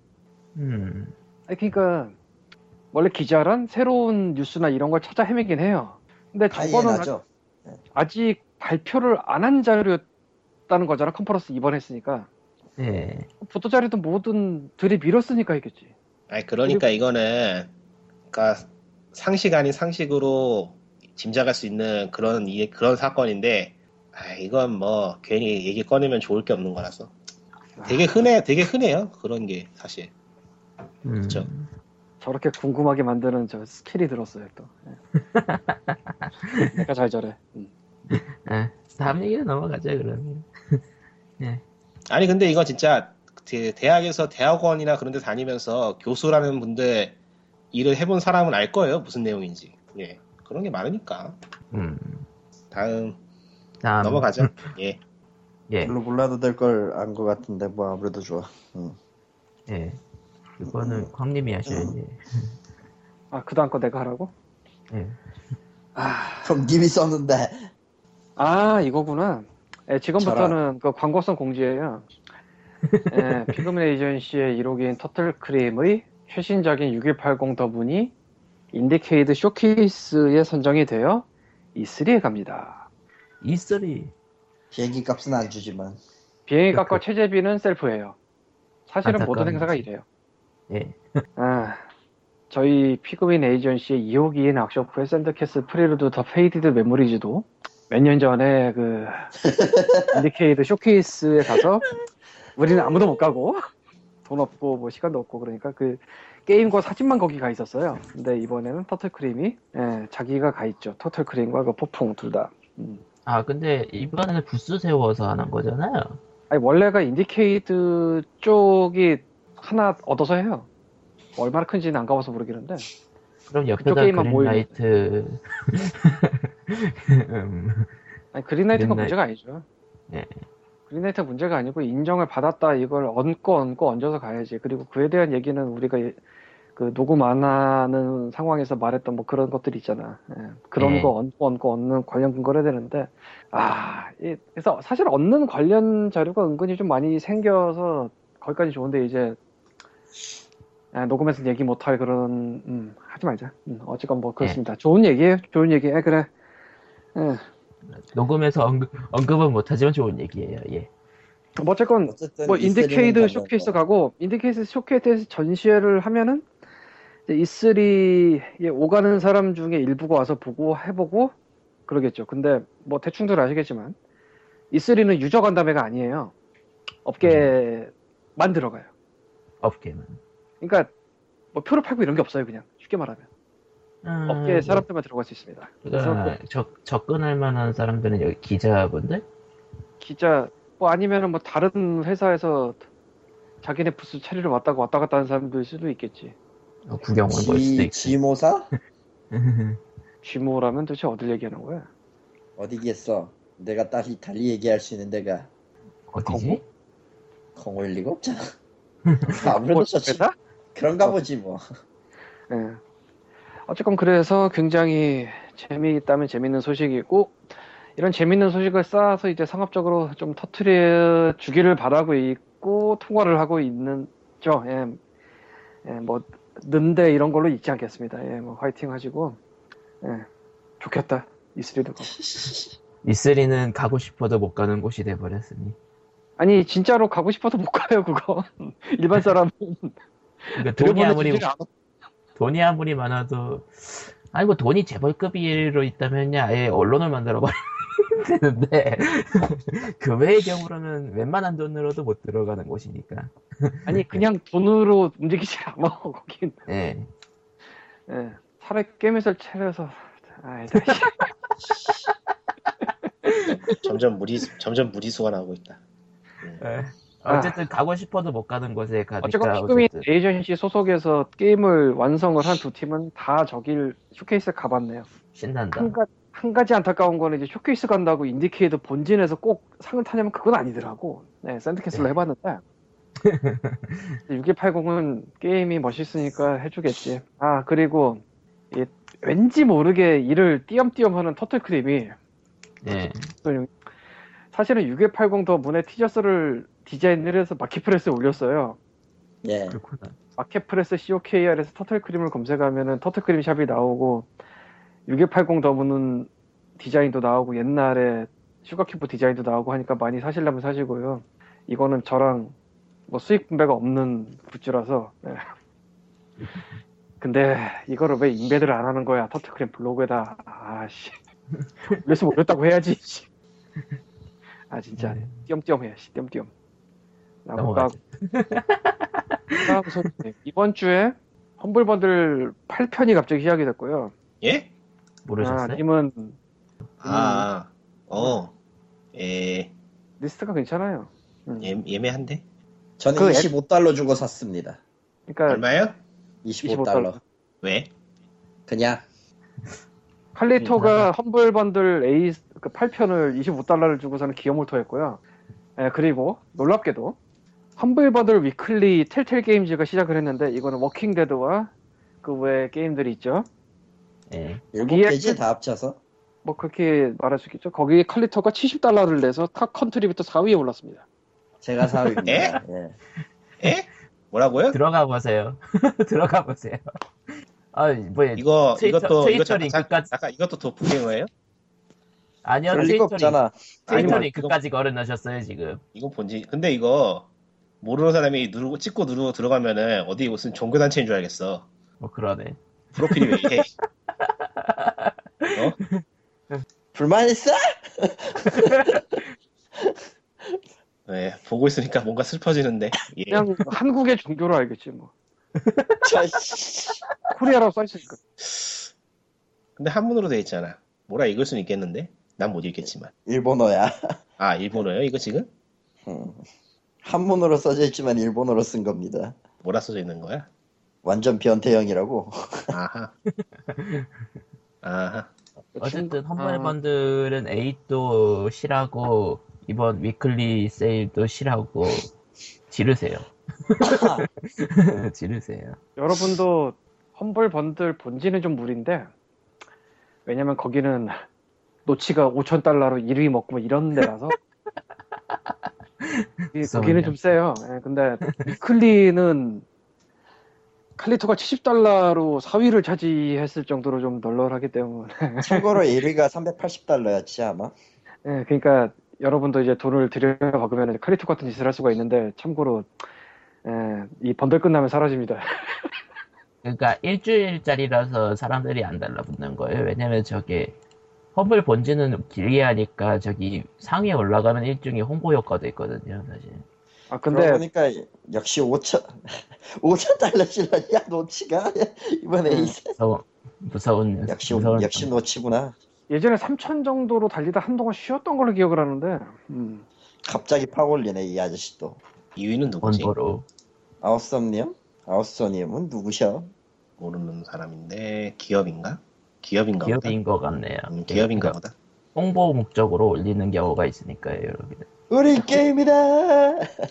[SPEAKER 2] 음,
[SPEAKER 3] 아니, 그러니까 원래 기자란 새로운 뉴스나 이런 걸 찾아 헤매긴 해요. 근데 저거는
[SPEAKER 1] 다이애나죠.
[SPEAKER 3] 아직 발표를 안 한 자료였다는 거잖아. 컨퍼런스 입원했으니까.
[SPEAKER 2] 예.
[SPEAKER 3] 보도 자료도 뭐든 들이밀었으니까 했겠지.
[SPEAKER 4] 아니 그러니까 이거는 그러니까 상식 아닌 상식으로 짐작할 수 있는 그런 이- 그런 사건인데 아 이건 뭐 괜히 얘기 꺼내면 좋을 게 없는 거라서
[SPEAKER 3] 아,
[SPEAKER 4] 되게 흔해 되게 흔해요 그런 게 사실
[SPEAKER 2] 음.
[SPEAKER 4] 그렇죠.
[SPEAKER 3] 저렇게 궁금하게 만드는 저 스킬이 들었어요 또. 예. 내가 잘 저래. 음.
[SPEAKER 2] 예. 다음 얘기로 넘어가죠 그러면.
[SPEAKER 4] 아니 근데 이거 진짜 대- 대학에서 대학원이나 그런 데 다니면서 교수라는 분들 일을 해본 사람은 알 거예요 무슨 내용인지 예 그런 게 많으니까
[SPEAKER 2] 음.
[SPEAKER 4] 다음
[SPEAKER 2] 다음
[SPEAKER 4] 넘어가죠 예
[SPEAKER 2] 예.
[SPEAKER 1] 별로 몰라도 될 걸 안 것 같은데 뭐 아무래도 좋아.
[SPEAKER 2] 예.
[SPEAKER 3] 음.
[SPEAKER 2] 이거는 광님이 하셔야지.
[SPEAKER 3] 아 그다음 거 내가 하라고?
[SPEAKER 2] 예.
[SPEAKER 3] 아,
[SPEAKER 1] 그럼 님이 썼는데
[SPEAKER 3] 아 이거구나. 예, 지금부터는 그 광고성 공지예요. 예, 피그민 에이전시의 1호기인 터틀크림의 최신작인 6180 더분이 인디케이드 쇼케이스에 선정이 되어 E E3에 갑니다.
[SPEAKER 2] E3
[SPEAKER 1] 비행기 값은 안 주지만
[SPEAKER 3] 비행기 값과 체제비는 셀프예요. 사실은
[SPEAKER 2] 안타까운
[SPEAKER 3] 모든 행사가
[SPEAKER 2] 일이지.
[SPEAKER 3] 이래요.
[SPEAKER 2] 예.
[SPEAKER 3] 아, 저희 피그민 에이전시의 2호기인 악쇼프의 샌드캐슬 프리루드 더 페이디드 메모리즈도 몇 년 전에 그 인디케이드 쇼케이스에 가서 우리는 아무도 못 가고 돈 없고 뭐 시간도 없고 그러니까 그 게임과 사진만 거기 가 있었어요. 근데 이번에는 터틀크림이 예, 자기가 가 있죠. 터틀크림과 그 폭풍 둘 다. 음.
[SPEAKER 2] 아 근데 이번에는 부스 세워서 하는 거잖아요.
[SPEAKER 3] 아니 원래가 인디케이드 쪽이 하나 얻어서 해요. 얼마나 큰지는 안 가봐서 모르겠는데
[SPEAKER 2] 그럼
[SPEAKER 3] 그쪽
[SPEAKER 2] 옆에다
[SPEAKER 3] 게임만 모이네.
[SPEAKER 2] 그린라이트. 음,
[SPEAKER 3] 아니 그린라이트가 네.
[SPEAKER 2] 그린라이-
[SPEAKER 3] 문제가 아니죠.
[SPEAKER 2] 예.
[SPEAKER 3] 그린라이트 가 문제가 아니고 인정을 받았다 이걸 얹고 얹고 얹어서 가야지. 그리고 그에 대한 얘기는 우리가 예- 그 녹음 안 하는 상황에서 말했던 뭐 그런 것들이 있잖아. 예. 그런
[SPEAKER 2] 예.
[SPEAKER 3] 거 얹고 얹고 얹는 관련 근거를 해야 되는데 아 이- 그래서 사실 얻는 관련 자료가 은근히 좀 많이 생겨서 거기까지 좋은데 이제 아, 녹음해서 얘기 못할 그런 음, 하지 말자. 음, 어쨌건 뭐 그렇습니다. 좋은 얘기예요. 좋은 얘기. 예, 그래. 예.
[SPEAKER 2] 녹음해서 언급, 언급은 못하지만 좋은 얘기예요. 예.
[SPEAKER 3] 뭐 어쨌건
[SPEAKER 1] 어쨌든
[SPEAKER 3] 뭐
[SPEAKER 1] E3는
[SPEAKER 3] 인디케이드
[SPEAKER 1] 가면
[SPEAKER 3] 쇼케이스
[SPEAKER 1] 뭐
[SPEAKER 3] 가고 인디케이드 쇼케이스에서 전시회를 하면은 이제 E3에 오가는 사람 중에 일부가 와서 보고 해보고 그러겠죠. 근데 뭐 대충들 아시겠지만 E3는 유저 간담회가 아니에요. 음. 업계만 들어가요.
[SPEAKER 2] 업계는.
[SPEAKER 3] 그러니까 뭐 표를 팔고 이런 게 없어요. 그냥 쉽게 말하면
[SPEAKER 2] 음,
[SPEAKER 3] 업계 사람들만 들어갈 수 있습니다.
[SPEAKER 2] 그러니까 적, 접근할 만한 사람들은 여기 기자분들?
[SPEAKER 3] 기자 뭐 아니면은 뭐 다른 회사에서 자기네 부스 차리러 왔다가 왔다 갔다 하는 사람들 수도 있겠지.
[SPEAKER 2] 어, 구경 온 걸 수도
[SPEAKER 1] 지,
[SPEAKER 2] 있고.
[SPEAKER 1] 지모사
[SPEAKER 3] 쥐모라면 도대체 어딜 얘기하는 거야?
[SPEAKER 1] 어디겠어? 내가 달리 달리 얘기할 수 있는 데가
[SPEAKER 2] 어디지?
[SPEAKER 1] 콩올 리가 없잖아. 아무래도
[SPEAKER 3] 뭐,
[SPEAKER 1] 좋지.
[SPEAKER 3] 회사?
[SPEAKER 1] 그런가 보지 뭐.
[SPEAKER 3] 예. 어쨌건 그래서 굉장히 재미있다면 재밌는 소식이고 이런 재밌는 소식을 쌓아서 이제 상업적으로 좀 터트려 주기를 바라고 있고 통화를 하고 있는죠. 예. 예, 뭐 는데 이런 걸로 있지 않겠습니다. 예, 뭐 화이팅 하시고 예. 좋겠다. 이스리도
[SPEAKER 2] E3는 가고 싶어도 못 가는 곳이 돼버렸으니.
[SPEAKER 3] 아니 진짜로 가고 싶어서 못 가요 그거 일반 사람
[SPEAKER 2] 그러니까 돈이 아무리
[SPEAKER 3] 들어보내주지를 않아.
[SPEAKER 2] 돈이 아무리 많아도 아니 뭐 돈이 재벌급으로 있다면야 아예 언론을 만들어 버리면 되는데 그 외의 경우로는 웬만한 돈으로도 못 들어가는 곳이니까 네.
[SPEAKER 3] 아니 그냥 돈으로 움직이지 않아 거긴
[SPEAKER 2] 예
[SPEAKER 3] 예. 그러니까 차라리 게임에서 차려서 아이 다시
[SPEAKER 4] 점점 무리 점점 무리수가 나오고 있다.
[SPEAKER 2] 예. 어쨌든 가고 싶어도 못 가는 곳에
[SPEAKER 3] 어쨌건
[SPEAKER 2] 가니까
[SPEAKER 3] 피그민
[SPEAKER 2] 어쨌든
[SPEAKER 3] 에이전시 소속에서 게임을 완성을 한 두 팀은 다 저길 쇼케이스 가봤네요.
[SPEAKER 2] 신난다.
[SPEAKER 3] 한, 가, 한 가지 안타까운 거는 이제 쇼케이스 간다고 인디케이드 본진에서 꼭 상을 타냐면 그건 아니더라고. 네, 샌드캐슬로
[SPEAKER 2] 네.
[SPEAKER 3] 해봤는데. 6180은 게임이 멋있으니까 해주겠지. 아, 그리고 이 왠지 모르게 이를 띄엄띄엄 하는 터틀크림이
[SPEAKER 2] 예.
[SPEAKER 3] 또 사실은 6180 더 문의 티셔츠를 디자인을 해서 마켓프레스에 올렸어요.
[SPEAKER 1] 예.
[SPEAKER 2] 그렇구나.
[SPEAKER 3] 마켓프레스 COKR에서 터틀크림을 검색하면은 터틀크림 샵이 나오고 6180 더무는 디자인도 나오고 옛날에 슈가큐브 디자인도 나오고 하니까 많이 사실라면 사시고요. 이거는 저랑 뭐 수익 분배가 없는 굿즈라서 네. 근데 이거를 왜 인베드를 안 하는 거야 터틀크림 블로그에다 아씨 올렸으면 올렸다고 해야지 씨. 아 진짜
[SPEAKER 2] 네.
[SPEAKER 3] 띄엄띄엄 해야 씨 띄엄띄엄 나무 까
[SPEAKER 2] 넘어가죠.
[SPEAKER 3] 다음 소식. 이번 주에 험블번들 8편이 갑자기 시작이 됐고요.
[SPEAKER 4] 예?
[SPEAKER 3] 아,
[SPEAKER 2] 모르셨어요?
[SPEAKER 3] 님은
[SPEAKER 4] 아, 어, 예,
[SPEAKER 3] 리스트가 괜찮아요. 음.
[SPEAKER 4] 예 예매한데
[SPEAKER 2] 네.
[SPEAKER 1] 저는
[SPEAKER 3] 그 앱-
[SPEAKER 1] 25달러 주고 샀습니다.
[SPEAKER 3] 그러니까
[SPEAKER 4] 얼마요?
[SPEAKER 1] 25달러.
[SPEAKER 4] 왜?
[SPEAKER 1] 그냥
[SPEAKER 2] 예,
[SPEAKER 3] 칼리토가 험블번들 A 그 8편을 25달러를 주고서는 기어몰터했고요. 예, 그리고 놀랍게도 험블번들 위클리 텔텔 게임즈가 시작을 했는데 이거는 워킹 데드와 그 외 게임들이 있죠.
[SPEAKER 2] 예.
[SPEAKER 1] 7페이지 다 합쳐서
[SPEAKER 3] 뭐 그렇게 말할 수 있겠죠. 거기에 칼리토가 70달러를 내서 탑 컨트리부터 4위에 올랐습니다.
[SPEAKER 1] 제가 사위입니다. 예.
[SPEAKER 4] 예? 뭐라고요?
[SPEAKER 2] 들어가 보세요. 들어가 보세요. 아, 뭐
[SPEAKER 4] 이거
[SPEAKER 2] 트위터-
[SPEAKER 4] 이것도
[SPEAKER 2] 트위터
[SPEAKER 4] 이거 잠깐, 잠깐,
[SPEAKER 2] 링크까지-
[SPEAKER 4] 잠깐 이것도 도프갱어예요?
[SPEAKER 2] 아니요
[SPEAKER 1] 그럴 리가
[SPEAKER 2] 트위터 링크,
[SPEAKER 1] 없잖아.
[SPEAKER 2] 트위터
[SPEAKER 4] 아니면 뭐,
[SPEAKER 2] 링크까지 걸어 넣으셨어요 지금.
[SPEAKER 4] 이거 본지 근데 이거 모르는 사람이 누르고 찍고 누르고 들어가면은 어디 무슨 종교 단체인 줄 알겠어.
[SPEAKER 2] 뭐 그러네.
[SPEAKER 4] 프로필이 왜 이래? 어?
[SPEAKER 1] 불만 있어?
[SPEAKER 4] 예, 보고 있으니까 뭔가 슬퍼지는데. 예.
[SPEAKER 3] 그냥 한국의 종교로 알겠지 뭐.
[SPEAKER 1] 저 씨.
[SPEAKER 3] 코리아라고 써있으니까.
[SPEAKER 4] 근데 한문으로 돼 있잖아. 뭐라 읽을 수는 있겠는데? 난 못 읽겠지만.
[SPEAKER 1] 일본어야.
[SPEAKER 4] 아, 일본어요? 이거 지금?
[SPEAKER 1] 음. 한문으로 써져 있지만 일본어로 쓴 겁니다.
[SPEAKER 4] 뭐라 써져 있는 거야?
[SPEAKER 1] 완전 변태형이라고.
[SPEAKER 4] 아하. 아하.
[SPEAKER 2] 어쨌든 험블번들은 에잇도 실하고 이번 위클리 세일도 실하고 지르세요. 지르세요.
[SPEAKER 3] 여러분도 험블 번들 본지는 좀 무리인데 왜냐면 거기는 노치가 5천 달러로 1위 먹고 뭐 이런 데라서 이- 거기는 좀 세요. 예, 근데 위클리는 칼리토가 70달러로 4위를 차지했을 정도로 좀 널널하기 때문에
[SPEAKER 1] 참고로 1위가 380달러였지 아마.
[SPEAKER 3] 예, 그러니까 여러분도 이제 돈을 들여박으면 칼리토 같은 짓을 할 수가 있는데 참고로 예, 이 번들 끝나면 사라집니다.
[SPEAKER 2] 그러니까 일주일짜리라서 사람들이 안 달라붙는 거예요. 왜냐면 저게 험블 본지는 길게 하니까 저기 상위에 올라가면 일종의 홍보 효과도 있거든요, 사실.
[SPEAKER 3] 아
[SPEAKER 1] 근데
[SPEAKER 3] 근데
[SPEAKER 1] 보니까 역시 5천 5천 달러씩이야 노치가 이번에
[SPEAKER 3] 음.
[SPEAKER 1] 이제.
[SPEAKER 2] 무서운 무서운
[SPEAKER 1] 역시
[SPEAKER 2] 무서운
[SPEAKER 1] 역시 노치구나.
[SPEAKER 3] 예전에 3천 정도로 달리다 한동안 쉬었던 걸로 기억을 하는데 음.
[SPEAKER 1] 갑자기 파올리네 이 아저씨 또.
[SPEAKER 4] 2위는 누구지?
[SPEAKER 2] 원고로
[SPEAKER 1] 아웃썸님? 아웃썸님은 누구셔?
[SPEAKER 4] 모르는 사람인데 기업인가? 기업인가 보다.
[SPEAKER 2] 기업인 것 같네요. 그러니까
[SPEAKER 4] 음, 기업인가 보다.
[SPEAKER 2] 홍보 목적으로 올리는 경우가 있으니까요, 여러분.
[SPEAKER 1] 우리 게임이다.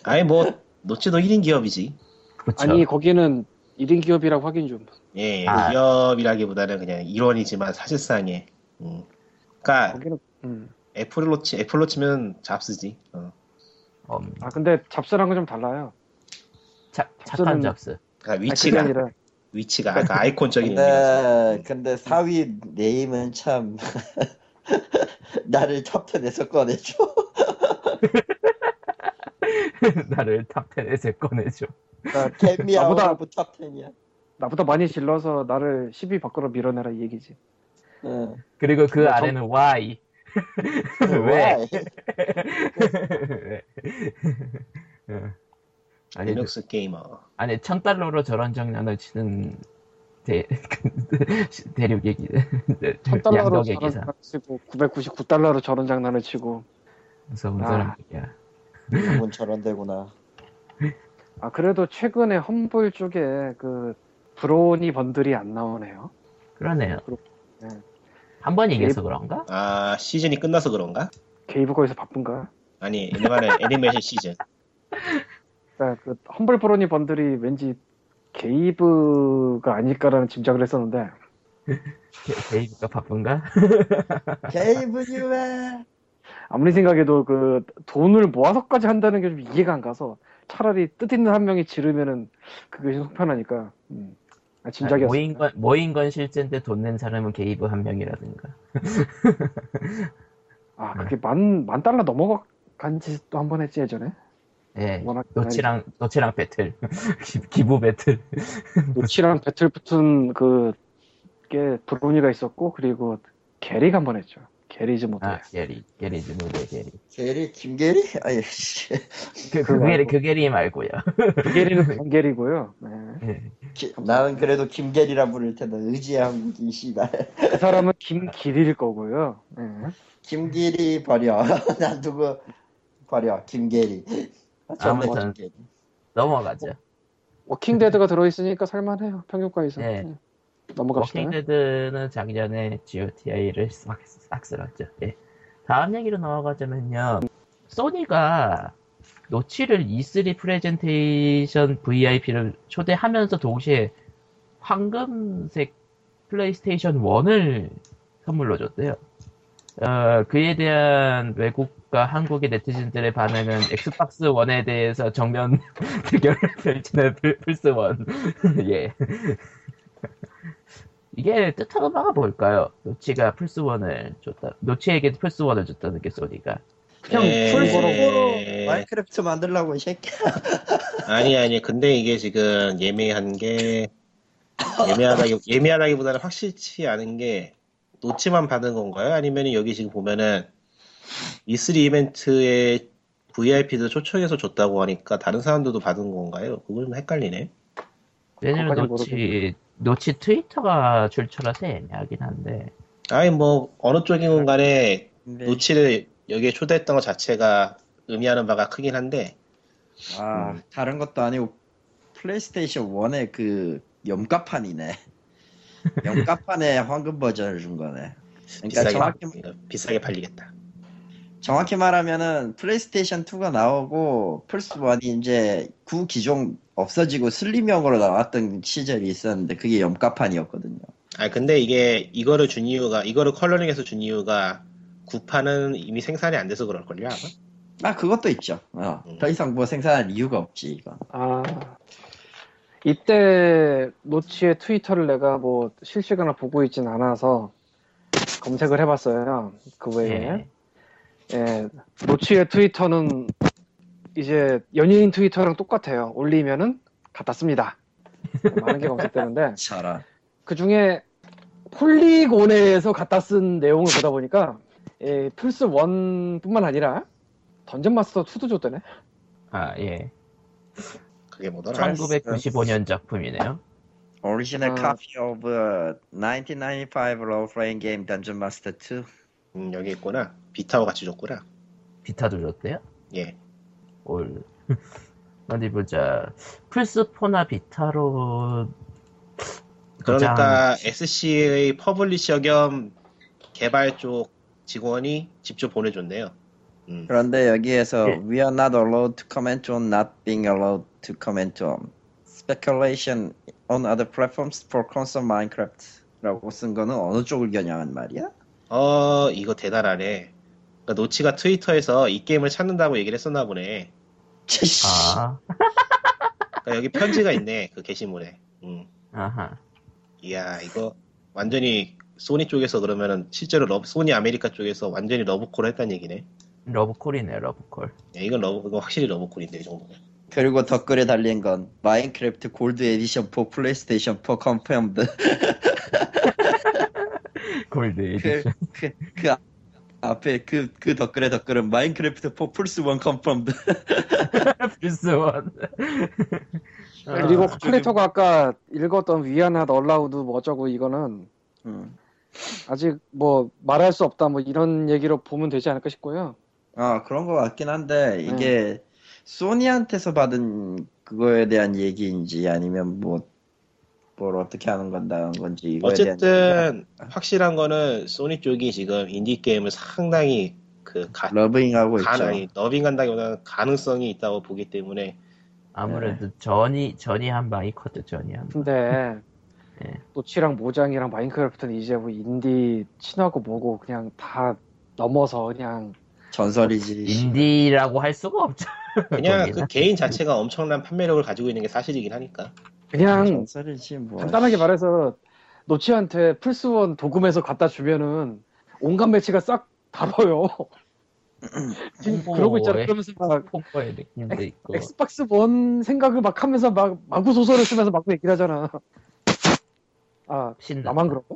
[SPEAKER 4] 아니 뭐 노치도 1인 기업이지.
[SPEAKER 2] 그렇죠.
[SPEAKER 3] 아니 거기는 1인 기업이라고 하긴 좀
[SPEAKER 4] 예,
[SPEAKER 2] 아.
[SPEAKER 4] 기업이라기보다는 그냥 일원이지만 사실상에. 음. 그러니까
[SPEAKER 3] 거기는 음.
[SPEAKER 4] 애플로 치 애플로 치면 잡스지. 어.
[SPEAKER 2] 음,
[SPEAKER 3] 아 근데 잡스랑 은 좀 달라요
[SPEAKER 2] 차- 착한 잡스.
[SPEAKER 4] 그러니까
[SPEAKER 3] 아니,
[SPEAKER 4] 위치가
[SPEAKER 3] 그게 아니라
[SPEAKER 4] 위치가 그러니까 아이콘적인 음. 의미가
[SPEAKER 1] 근데 근데 4위 네임은 참 나를 탑텐에서 꺼내줘.
[SPEAKER 2] 나를 탑텐에서 꺼내줘.
[SPEAKER 3] 그러니까 나보다-
[SPEAKER 1] 개미하고 탑텐이야.
[SPEAKER 3] 나보다 많이 질러서 나를 10위 밖으로 밀어내라 이 얘기지
[SPEAKER 1] 응.
[SPEAKER 2] 그리고 그
[SPEAKER 3] 정-
[SPEAKER 2] 아래는 Y.
[SPEAKER 1] 그
[SPEAKER 2] 왜? 아니, 어.
[SPEAKER 4] 리눅스 게이머.
[SPEAKER 2] 아니 천 달러로 저런 장난을 치는 대, 그, 대륙 얘기, 네, 양덕
[SPEAKER 3] 1000달러로 저런
[SPEAKER 2] 얘기사.
[SPEAKER 3] 장난을 치고 999달러로 저런 장난을 치고
[SPEAKER 2] 무서운
[SPEAKER 3] 아.
[SPEAKER 2] 사람이야.
[SPEAKER 1] 일본 저런 데구나.
[SPEAKER 3] 아 그래도 최근에 험블 쪽에 그 브로니 번들이 안 나오네요.
[SPEAKER 2] 그러네요.
[SPEAKER 3] 네.
[SPEAKER 2] 한 번 얘기해서 그런가?
[SPEAKER 4] 아 시즌이 끝나서 그런가?
[SPEAKER 3] 게이브거에서 바쁜가?
[SPEAKER 4] 아니 일반의 애니메이션 시즌.
[SPEAKER 3] 그러니까 그 험블 브로니 번들이 왠지 게이브가 아닐까라는 짐작을 했었는데
[SPEAKER 2] 데이브가 바쁜가?
[SPEAKER 1] 게이브니 왜?
[SPEAKER 3] 아무리 생각해도 그 돈을 모아서까지 한다는 게 좀 이해가 안 가서 차라리 뜻 있는 한 명이 지르면은 그게 속편하니까 음. 아, 짐작이었어.
[SPEAKER 2] 모인 건, 모인 건 실제인데 돈 낸 사람은 게이브 한 명이라든가.
[SPEAKER 3] 아
[SPEAKER 2] 네.
[SPEAKER 3] 그게 만, 만 달러 넘어간 짓도 한 번 했지 예전에
[SPEAKER 2] 예.
[SPEAKER 3] 워낙
[SPEAKER 2] 노치랑, 노치랑 배틀. 기- 기부 배틀.
[SPEAKER 3] 노치랑 배틀 붙은 그게 브로니가 있었고 그리고 게리가 한 번 했죠. 게리즈 뭐 모드.
[SPEAKER 2] 아, 게리. 게리지, 뭐래, 게리.
[SPEAKER 1] 게리 김게리? 아이 씨.
[SPEAKER 2] 그, 그,
[SPEAKER 3] 그거
[SPEAKER 2] 게리,
[SPEAKER 3] 말고.
[SPEAKER 2] 그 게리 말고요.
[SPEAKER 3] 그 게리는 전 게리고요. 네.
[SPEAKER 1] 기- 나는 그래도 김게리라 부를 텐데 의지한 이 씨발.
[SPEAKER 3] 그 사람은 김길일 거고요. 네.
[SPEAKER 1] 김길이 버려. 난 누구 버려. 김게리. 아, 정말
[SPEAKER 2] 아무튼.
[SPEAKER 1] 김게리.
[SPEAKER 2] 넘어가죠.
[SPEAKER 3] 워킹 데드가 들어있으니까 살만해요. 평균가에서.
[SPEAKER 2] 네.
[SPEAKER 3] 네. 넘어갑시다.
[SPEAKER 2] 워킹데드는 작년에 GOTI를 싹, 싹 쓸었죠. 예. 다음 얘기로 넘어가자면요. 소니가 노치를 E E3 프레젠테이션 VIP를 초대하면서 동시에 황금색 플레이스테이션 1을 선물로 줬대요. 어, 그에 대한 외국과 한국의 네티즌들의 반응은 엑스박스 1에 대해서 정면 대결을 펼치는 플스 1. 예. 이게 뜻하는 바가 뭘까요? 노치가 플스1을 줬다. 노치에게 플스1을 줬다는 게 소니가.
[SPEAKER 1] 그냥
[SPEAKER 2] 네.
[SPEAKER 4] 예.
[SPEAKER 1] 풀고로 마인크래프트 만들라고 이 새끼야.
[SPEAKER 4] 아니 아니 근데 이게 지금 예매한 게 예매하다기 예매하다기보다는 확실치 않은 게 노치만 받은 건가요? 아니면 여기 지금 보면은 E3 이벤트에 VIP도 초청해서 줬다고 하니까 다른 사람들도 받은 건가요? 그건 좀 헷갈리네.
[SPEAKER 2] 왜냐면
[SPEAKER 3] 그것까진
[SPEAKER 2] 노치, 노치 트위터가 출처라서 애매하긴 한데.
[SPEAKER 4] 아니 뭐 어느 쪽이건 간에
[SPEAKER 1] 네.
[SPEAKER 4] 노치를 여기에 초대했던 것 자체가 의미하는 바가 크긴 한데
[SPEAKER 1] 아 다른 것도 아니고 플레이스테이션 1의 그 염가판이네. 염가판에 황금 버전을 준 거네. 그러니까
[SPEAKER 4] 비싸게,
[SPEAKER 1] 정확히
[SPEAKER 4] 비싸게 팔리겠다.
[SPEAKER 1] 정확히 말하면은 플레이스테이션 2가 나오고 플스 1이 이제 구 기종 없어지고 슬림형으로 나왔던 시절이 있었는데 그게 염가판이었거든요.
[SPEAKER 4] 아 근데 이게 이거를 준 이유가 이거를 컬러링해서 준 이유가 구판은 이미 생산이 안 돼서 그럴걸요 아마?
[SPEAKER 1] 아 그것도 있죠. 어, 더 이상 뭐 생산할 이유가 없지 이건.
[SPEAKER 3] 아 이때 노치의 트위터를 내가 뭐 실시간으로 보고 있진 않아서 검색을 해봤어요. 그 외에
[SPEAKER 2] 예.
[SPEAKER 3] 예, 노치의 트위터는 이제 연예인 트위터랑 똑같아요. 올리면은 같았습니다. 많은 게 검색되는데
[SPEAKER 1] 저런.
[SPEAKER 3] 그 중에 폴리곤에서 갖다 쓴 내용을 보다 보니까 예, 플스 1뿐만 아니라 던전 마스터 2도 줬다네.
[SPEAKER 2] 아, 예.
[SPEAKER 4] 그게 뭐더라?
[SPEAKER 2] 1995년 작품이네요.
[SPEAKER 1] Original
[SPEAKER 3] 아.
[SPEAKER 1] copy of uh, 1995 role-playing game Dungeon Master 2.
[SPEAKER 4] 음, 여기 있구나 비타와 같이 줬구나
[SPEAKER 2] 비타도 줬대요.
[SPEAKER 4] 예
[SPEAKER 2] 올. 어디 보자. 플스4나 비타로.
[SPEAKER 4] 그러니까 SC의 퍼블리셔 겸 개발 쪽 직원이 직접 보내줬네요 음.
[SPEAKER 1] 그런데 여기에서
[SPEAKER 2] 예.
[SPEAKER 1] We are not allowed to comment on not being allowed to comment on speculation on other platforms for console Minecraft 라고 쓴 거는 어느 쪽을 겨냥한 말이야?
[SPEAKER 4] 어 이거 대단하네 그러니까 노치가 트위터에서 이 게임을 찾는다고 얘기를 했었나 보네
[SPEAKER 1] 씨.
[SPEAKER 2] 아,
[SPEAKER 4] 그러니까 여기 편지가 있네 그 게시물에 음.
[SPEAKER 2] 아하.
[SPEAKER 4] 이야 이거 완전히 소니 쪽에서 그러면은 실제로 러브- 소니 아메리카 쪽에서 완전히 러브콜을 했다는 얘기네
[SPEAKER 2] 러브콜이네, 러브콜.
[SPEAKER 4] 야, 이건 러브, 이건 확실히 러브콜인데, 이 정도면.
[SPEAKER 1] 그리고 댓글에 달린 건 마인크래프트 골드 에디션 4 플레이스테이션 4 컨펌드
[SPEAKER 2] 골드
[SPEAKER 1] 그,
[SPEAKER 2] 에디션.
[SPEAKER 1] 그, 그 앞- 앞에 그, 그 댓글에 댓글은 마인크래프트 4 플스 1 컨펌드
[SPEAKER 2] 플스1.
[SPEAKER 3] 그리고
[SPEAKER 1] 아, 갑자기-
[SPEAKER 3] 클리토가 아까 읽었던 위안하 얼라우드 뭐 어쩌고 이거는
[SPEAKER 1] 음.
[SPEAKER 3] 아직 뭐 말할 수 없다 뭐 이런 얘기로 보면 되지 않을까 싶고요.
[SPEAKER 1] 아 그런 거 같긴 한데 이게 소니한테서 받은 그거에 대한 얘기인지 아니면 뭐 뭘 어떻게 하는 건다는 건지 이거에 대한
[SPEAKER 4] 어쨌든 확실한 거는 소니 쪽이 지금 인디 게임을 상당히 그 가,
[SPEAKER 1] 러빙하고 있죠.
[SPEAKER 4] 가능이 너빙한다기보다는 가능성이 있다고 보기 때문에
[SPEAKER 2] 아무래도 전이 전이 한 방이 컸죠 전이 한 방.
[SPEAKER 3] 근데
[SPEAKER 2] 네.
[SPEAKER 3] 노치랑 모장이랑 마인크래프트는 이제 뭐 인디 친하고 뭐고 그냥 다 넘어서 그냥
[SPEAKER 1] 전설이지.
[SPEAKER 2] 인디라고 할 수가 없죠.
[SPEAKER 4] 그냥
[SPEAKER 1] 그러니까.
[SPEAKER 2] 거기는.
[SPEAKER 4] 그 개인 자체가 엄청난 판매력을 가지고 있는 게 사실이긴 하니까
[SPEAKER 3] 그냥
[SPEAKER 1] 전설이지 뭐.
[SPEAKER 3] 간단하게 말해서 노치한테 플스원 도금해서 갖다 주면은 온갖 매치가 싹 다뤄요. 지금 그러고 있잖아.
[SPEAKER 2] 엑-
[SPEAKER 3] 그러면서 막
[SPEAKER 2] 폭포의
[SPEAKER 4] 음,
[SPEAKER 2] 느낌도 있고.
[SPEAKER 3] 엑스박스 원 생각을 막 하면서 막 마구 소설을 쓰면서 마구 얘기를 하잖아. 아
[SPEAKER 2] 신나.
[SPEAKER 3] 나만 그런가?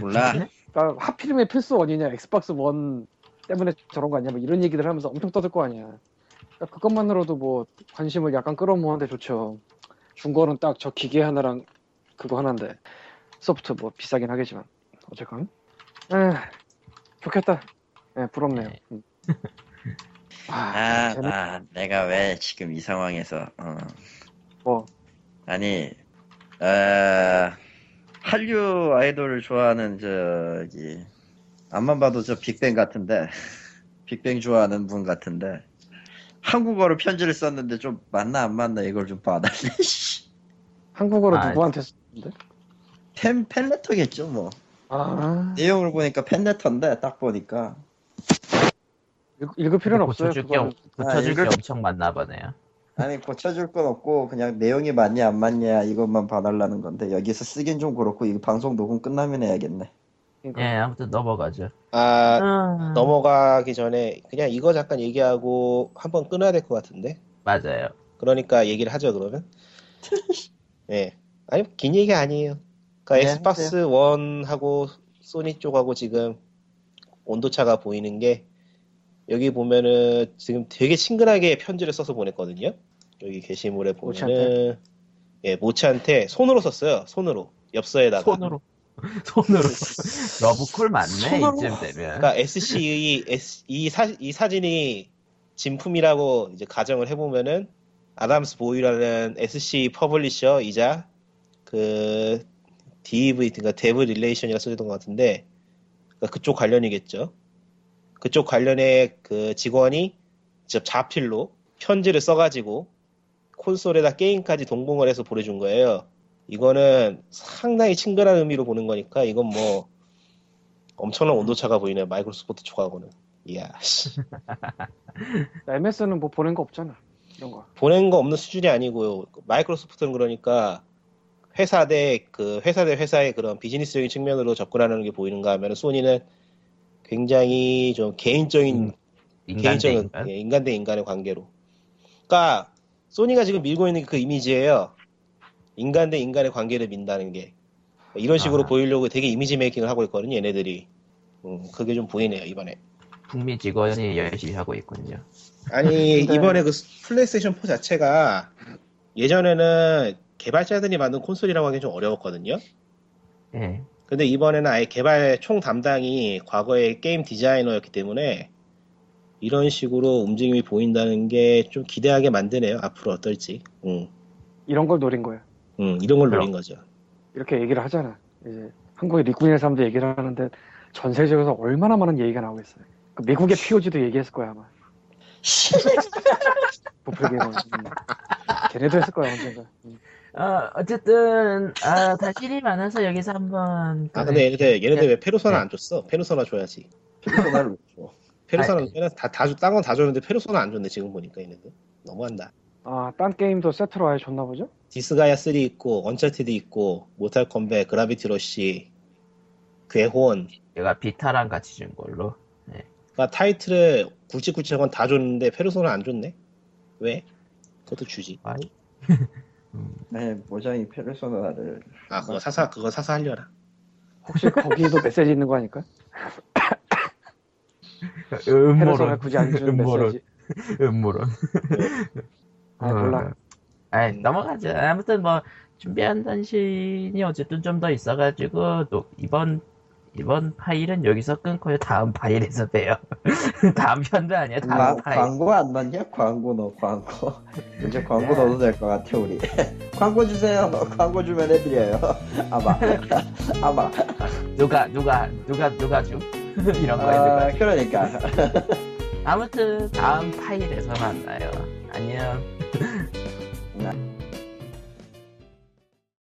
[SPEAKER 1] 몰라.
[SPEAKER 3] 그러니까 하필이면 플스 원이냐 엑스박스 원 때문에 저런 거 아니야? 뭐 이런 얘기들 하면서 엄청 떠들 거 아니야. 그것만으로도뭐 관심을 약간 끌어모으는데 좋죠. 중고는 딱 저 기계 하나랑 그거 하나인데 소프트 뭐 비싸긴 하겠지만 어쨌건 에, 좋겠다. 예, 부럽네요.
[SPEAKER 2] 네.
[SPEAKER 3] 음. 아,
[SPEAKER 1] 아,
[SPEAKER 3] 재밌-
[SPEAKER 1] 아, 내가 왜 지금 이 상황에서 어.
[SPEAKER 3] 뭐
[SPEAKER 1] 아니 어, 한류 아이돌을 좋아하는 저기 앞만 봐도 저 빅뱅 같은데 빅뱅 좋아하는 분 같은데 한국어로 편지를 썼는데 좀 맞나 안 맞나 이걸 좀 봐달래 씨.
[SPEAKER 3] 한국어로
[SPEAKER 2] 아,
[SPEAKER 3] 누구한테 쓰는데?
[SPEAKER 1] 팬 팬레터겠죠 뭐
[SPEAKER 3] 아,
[SPEAKER 1] 내용을 보니까 팬레터인데 딱 보니까
[SPEAKER 3] 읽, 읽을 필요는 없어요.
[SPEAKER 2] 고쳐줄 게,
[SPEAKER 3] 그거는.
[SPEAKER 2] 없- 고쳐줄
[SPEAKER 1] 아,
[SPEAKER 2] 게
[SPEAKER 1] 이걸-
[SPEAKER 2] 엄청 많나 보네요.
[SPEAKER 1] 아니 고쳐줄 건 없고 그냥 내용이 맞냐 안 맞냐 이것만 봐달라는 건데 여기서 쓰긴 좀 그렇고 이 방송 녹음 끝나면 해야겠네
[SPEAKER 3] 그러니까.
[SPEAKER 2] 예, 아무튼 넘어가죠.
[SPEAKER 4] 아
[SPEAKER 2] 아,
[SPEAKER 4] 넘어가기 전에 그냥 이거 잠깐 얘기하고 한번 끊어야 될 것 같은데
[SPEAKER 2] 맞아요.
[SPEAKER 4] 그러니까 얘기를 하죠 그러면 예 아니 긴 얘기 아니에요
[SPEAKER 1] 네,
[SPEAKER 4] 그러니까 엑스박스 원하고 소니 쪽하고 지금 온도차가 보이는 게 여기 보면은 지금 되게 친근하게 편지를 써서 보냈거든요 여기 게시물에 보면은 예 모차한테 손으로 썼어요 손으로 엽서에다가
[SPEAKER 2] 손으로. 손으로. 러브콜 맞네,
[SPEAKER 1] 손으로.
[SPEAKER 2] 이쯤 되면.
[SPEAKER 4] 그러니까 SC의 이, 사, 이 사진이 진품이라고 이제 가정을 해보면은 아담스 보이라는 SC 퍼블리셔이자 그 DEV 그러니까 데브 릴레이션이라 써있던 것 같은데 그쪽 관련이겠죠. 그쪽 관련의 그 직원이 직접 자필로 편지를 써가지고 콘솔에다 게임까지 동봉을 해서 보내준 거예요. 이거는 상당히 친근한 의미로 보는 거니까 이건 뭐 엄청난 온도차가 보이네 마이크로소프트 쪽하고는 이야 씨.
[SPEAKER 3] MS는 뭐 보낸 거 없잖아. 이런 거.
[SPEAKER 4] 보낸 거 없는 수준이 아니고요 마이크로소프트는 그러니까 회사 대 그 회사 대 회사의 그런 비즈니스적인 측면으로 접근하는 게 보이는가 하면 소니는 굉장히 좀
[SPEAKER 2] 음,
[SPEAKER 4] 개인적인
[SPEAKER 2] 인간 대
[SPEAKER 4] 개인적인
[SPEAKER 2] 인간.
[SPEAKER 4] 예, 인간 대 인간의 관계로 그러니까 소니가 지금 밀고 있는 그 이미지예요 인간 대 인간의 관계를 민다는 게 이런 식으로
[SPEAKER 2] 아하.
[SPEAKER 4] 보이려고 되게 이미지 메이킹을 하고 있거든요 얘네들이 음, 그게 좀 보이네요 이번에
[SPEAKER 2] 북미 직원이 열심히 하고 있군요.
[SPEAKER 4] 아니
[SPEAKER 3] 근데-
[SPEAKER 4] 이번에 그 플레이스테이션 4 자체가 예전에는 개발자들이 만든 콘솔이라고 하기 좀 어려웠거든요.
[SPEAKER 2] 예.
[SPEAKER 4] 근데 이번에는 아예 개발 총 담당이 과거의 게임 디자이너였기 때문에 이런 식으로 움직임이 보인다는 게 좀 기대하게 만드네요. 앞으로 어떨지. 음,
[SPEAKER 3] 이런 걸 노린 거야.
[SPEAKER 4] 음, 이런 걸 노린 거죠.
[SPEAKER 3] 이렇게 얘기를 하잖아. 이제 한국의 리꾸니엘 사람도 얘기를 하는데 전 세계에서 얼마나 많은 얘기가 나오고 있어요. 그 미국의 POG도 얘기했을 거야 아마. 부풀게 걔네도 했을 거야 언젠가. 음.
[SPEAKER 2] 어, 어쨌든, 아, 사실이 많아서 여기서 한번.
[SPEAKER 4] 아 근데 얘네들 얘네들 왜 페르소나 안 줬어? 페르소나 줘야지.
[SPEAKER 1] 페르소나를 왜 줘?
[SPEAKER 4] 페르소나 는 다다딴건 다 줬는데 페르소나 안 줬네 지금 보니까 얘네들 너무한다.
[SPEAKER 3] 아, 딴 게임도 세트로 아예 줬나 보죠?
[SPEAKER 4] 디스가야 3 있고 언차티드 있고 모탈 컴백 그라비티 러쉬 괴혼
[SPEAKER 2] 얘가 비타랑 같이 준 걸로.
[SPEAKER 4] 그러니까 타이틀을 굵직굵직한 건 다 줬는데 페르소나 안 줬네 왜? 그것도 주지
[SPEAKER 1] 네, 모장이 페르소나를
[SPEAKER 4] 아 그거 사사 그거 사사 하려나
[SPEAKER 3] 혹시 거기도 메시지 있는 거 아닐까?
[SPEAKER 2] 음모론.
[SPEAKER 3] 페르소나 굳이 안 주는
[SPEAKER 2] 음모론.
[SPEAKER 3] 메시지.
[SPEAKER 2] 음모론.
[SPEAKER 3] 아 몰라.
[SPEAKER 2] 아, 아이, 넘어가자. 아무튼 뭐, 준비한 단신이 어쨌든 좀 더 있어가지고, 또, 이번, 이번 파일은 여기서 끊고요. 다음 파일에서 봬요. 다음 편도 아니야, 예. 다음
[SPEAKER 1] 광-
[SPEAKER 2] 파일.
[SPEAKER 1] 뭐, 광고 안 넣냐? 광고 넣어 광고 이제 광고 넣어도 될 것 같아 우리 광고 주세요 광고 주면 해드려요 아마 아마
[SPEAKER 2] 누가, 누가, 누가, 누가 줌? 이런 거에 누가
[SPEAKER 1] 아,
[SPEAKER 2] 줌?
[SPEAKER 1] 그러니까
[SPEAKER 2] 아무튼, 다음 파일에서 만나요. 안녕.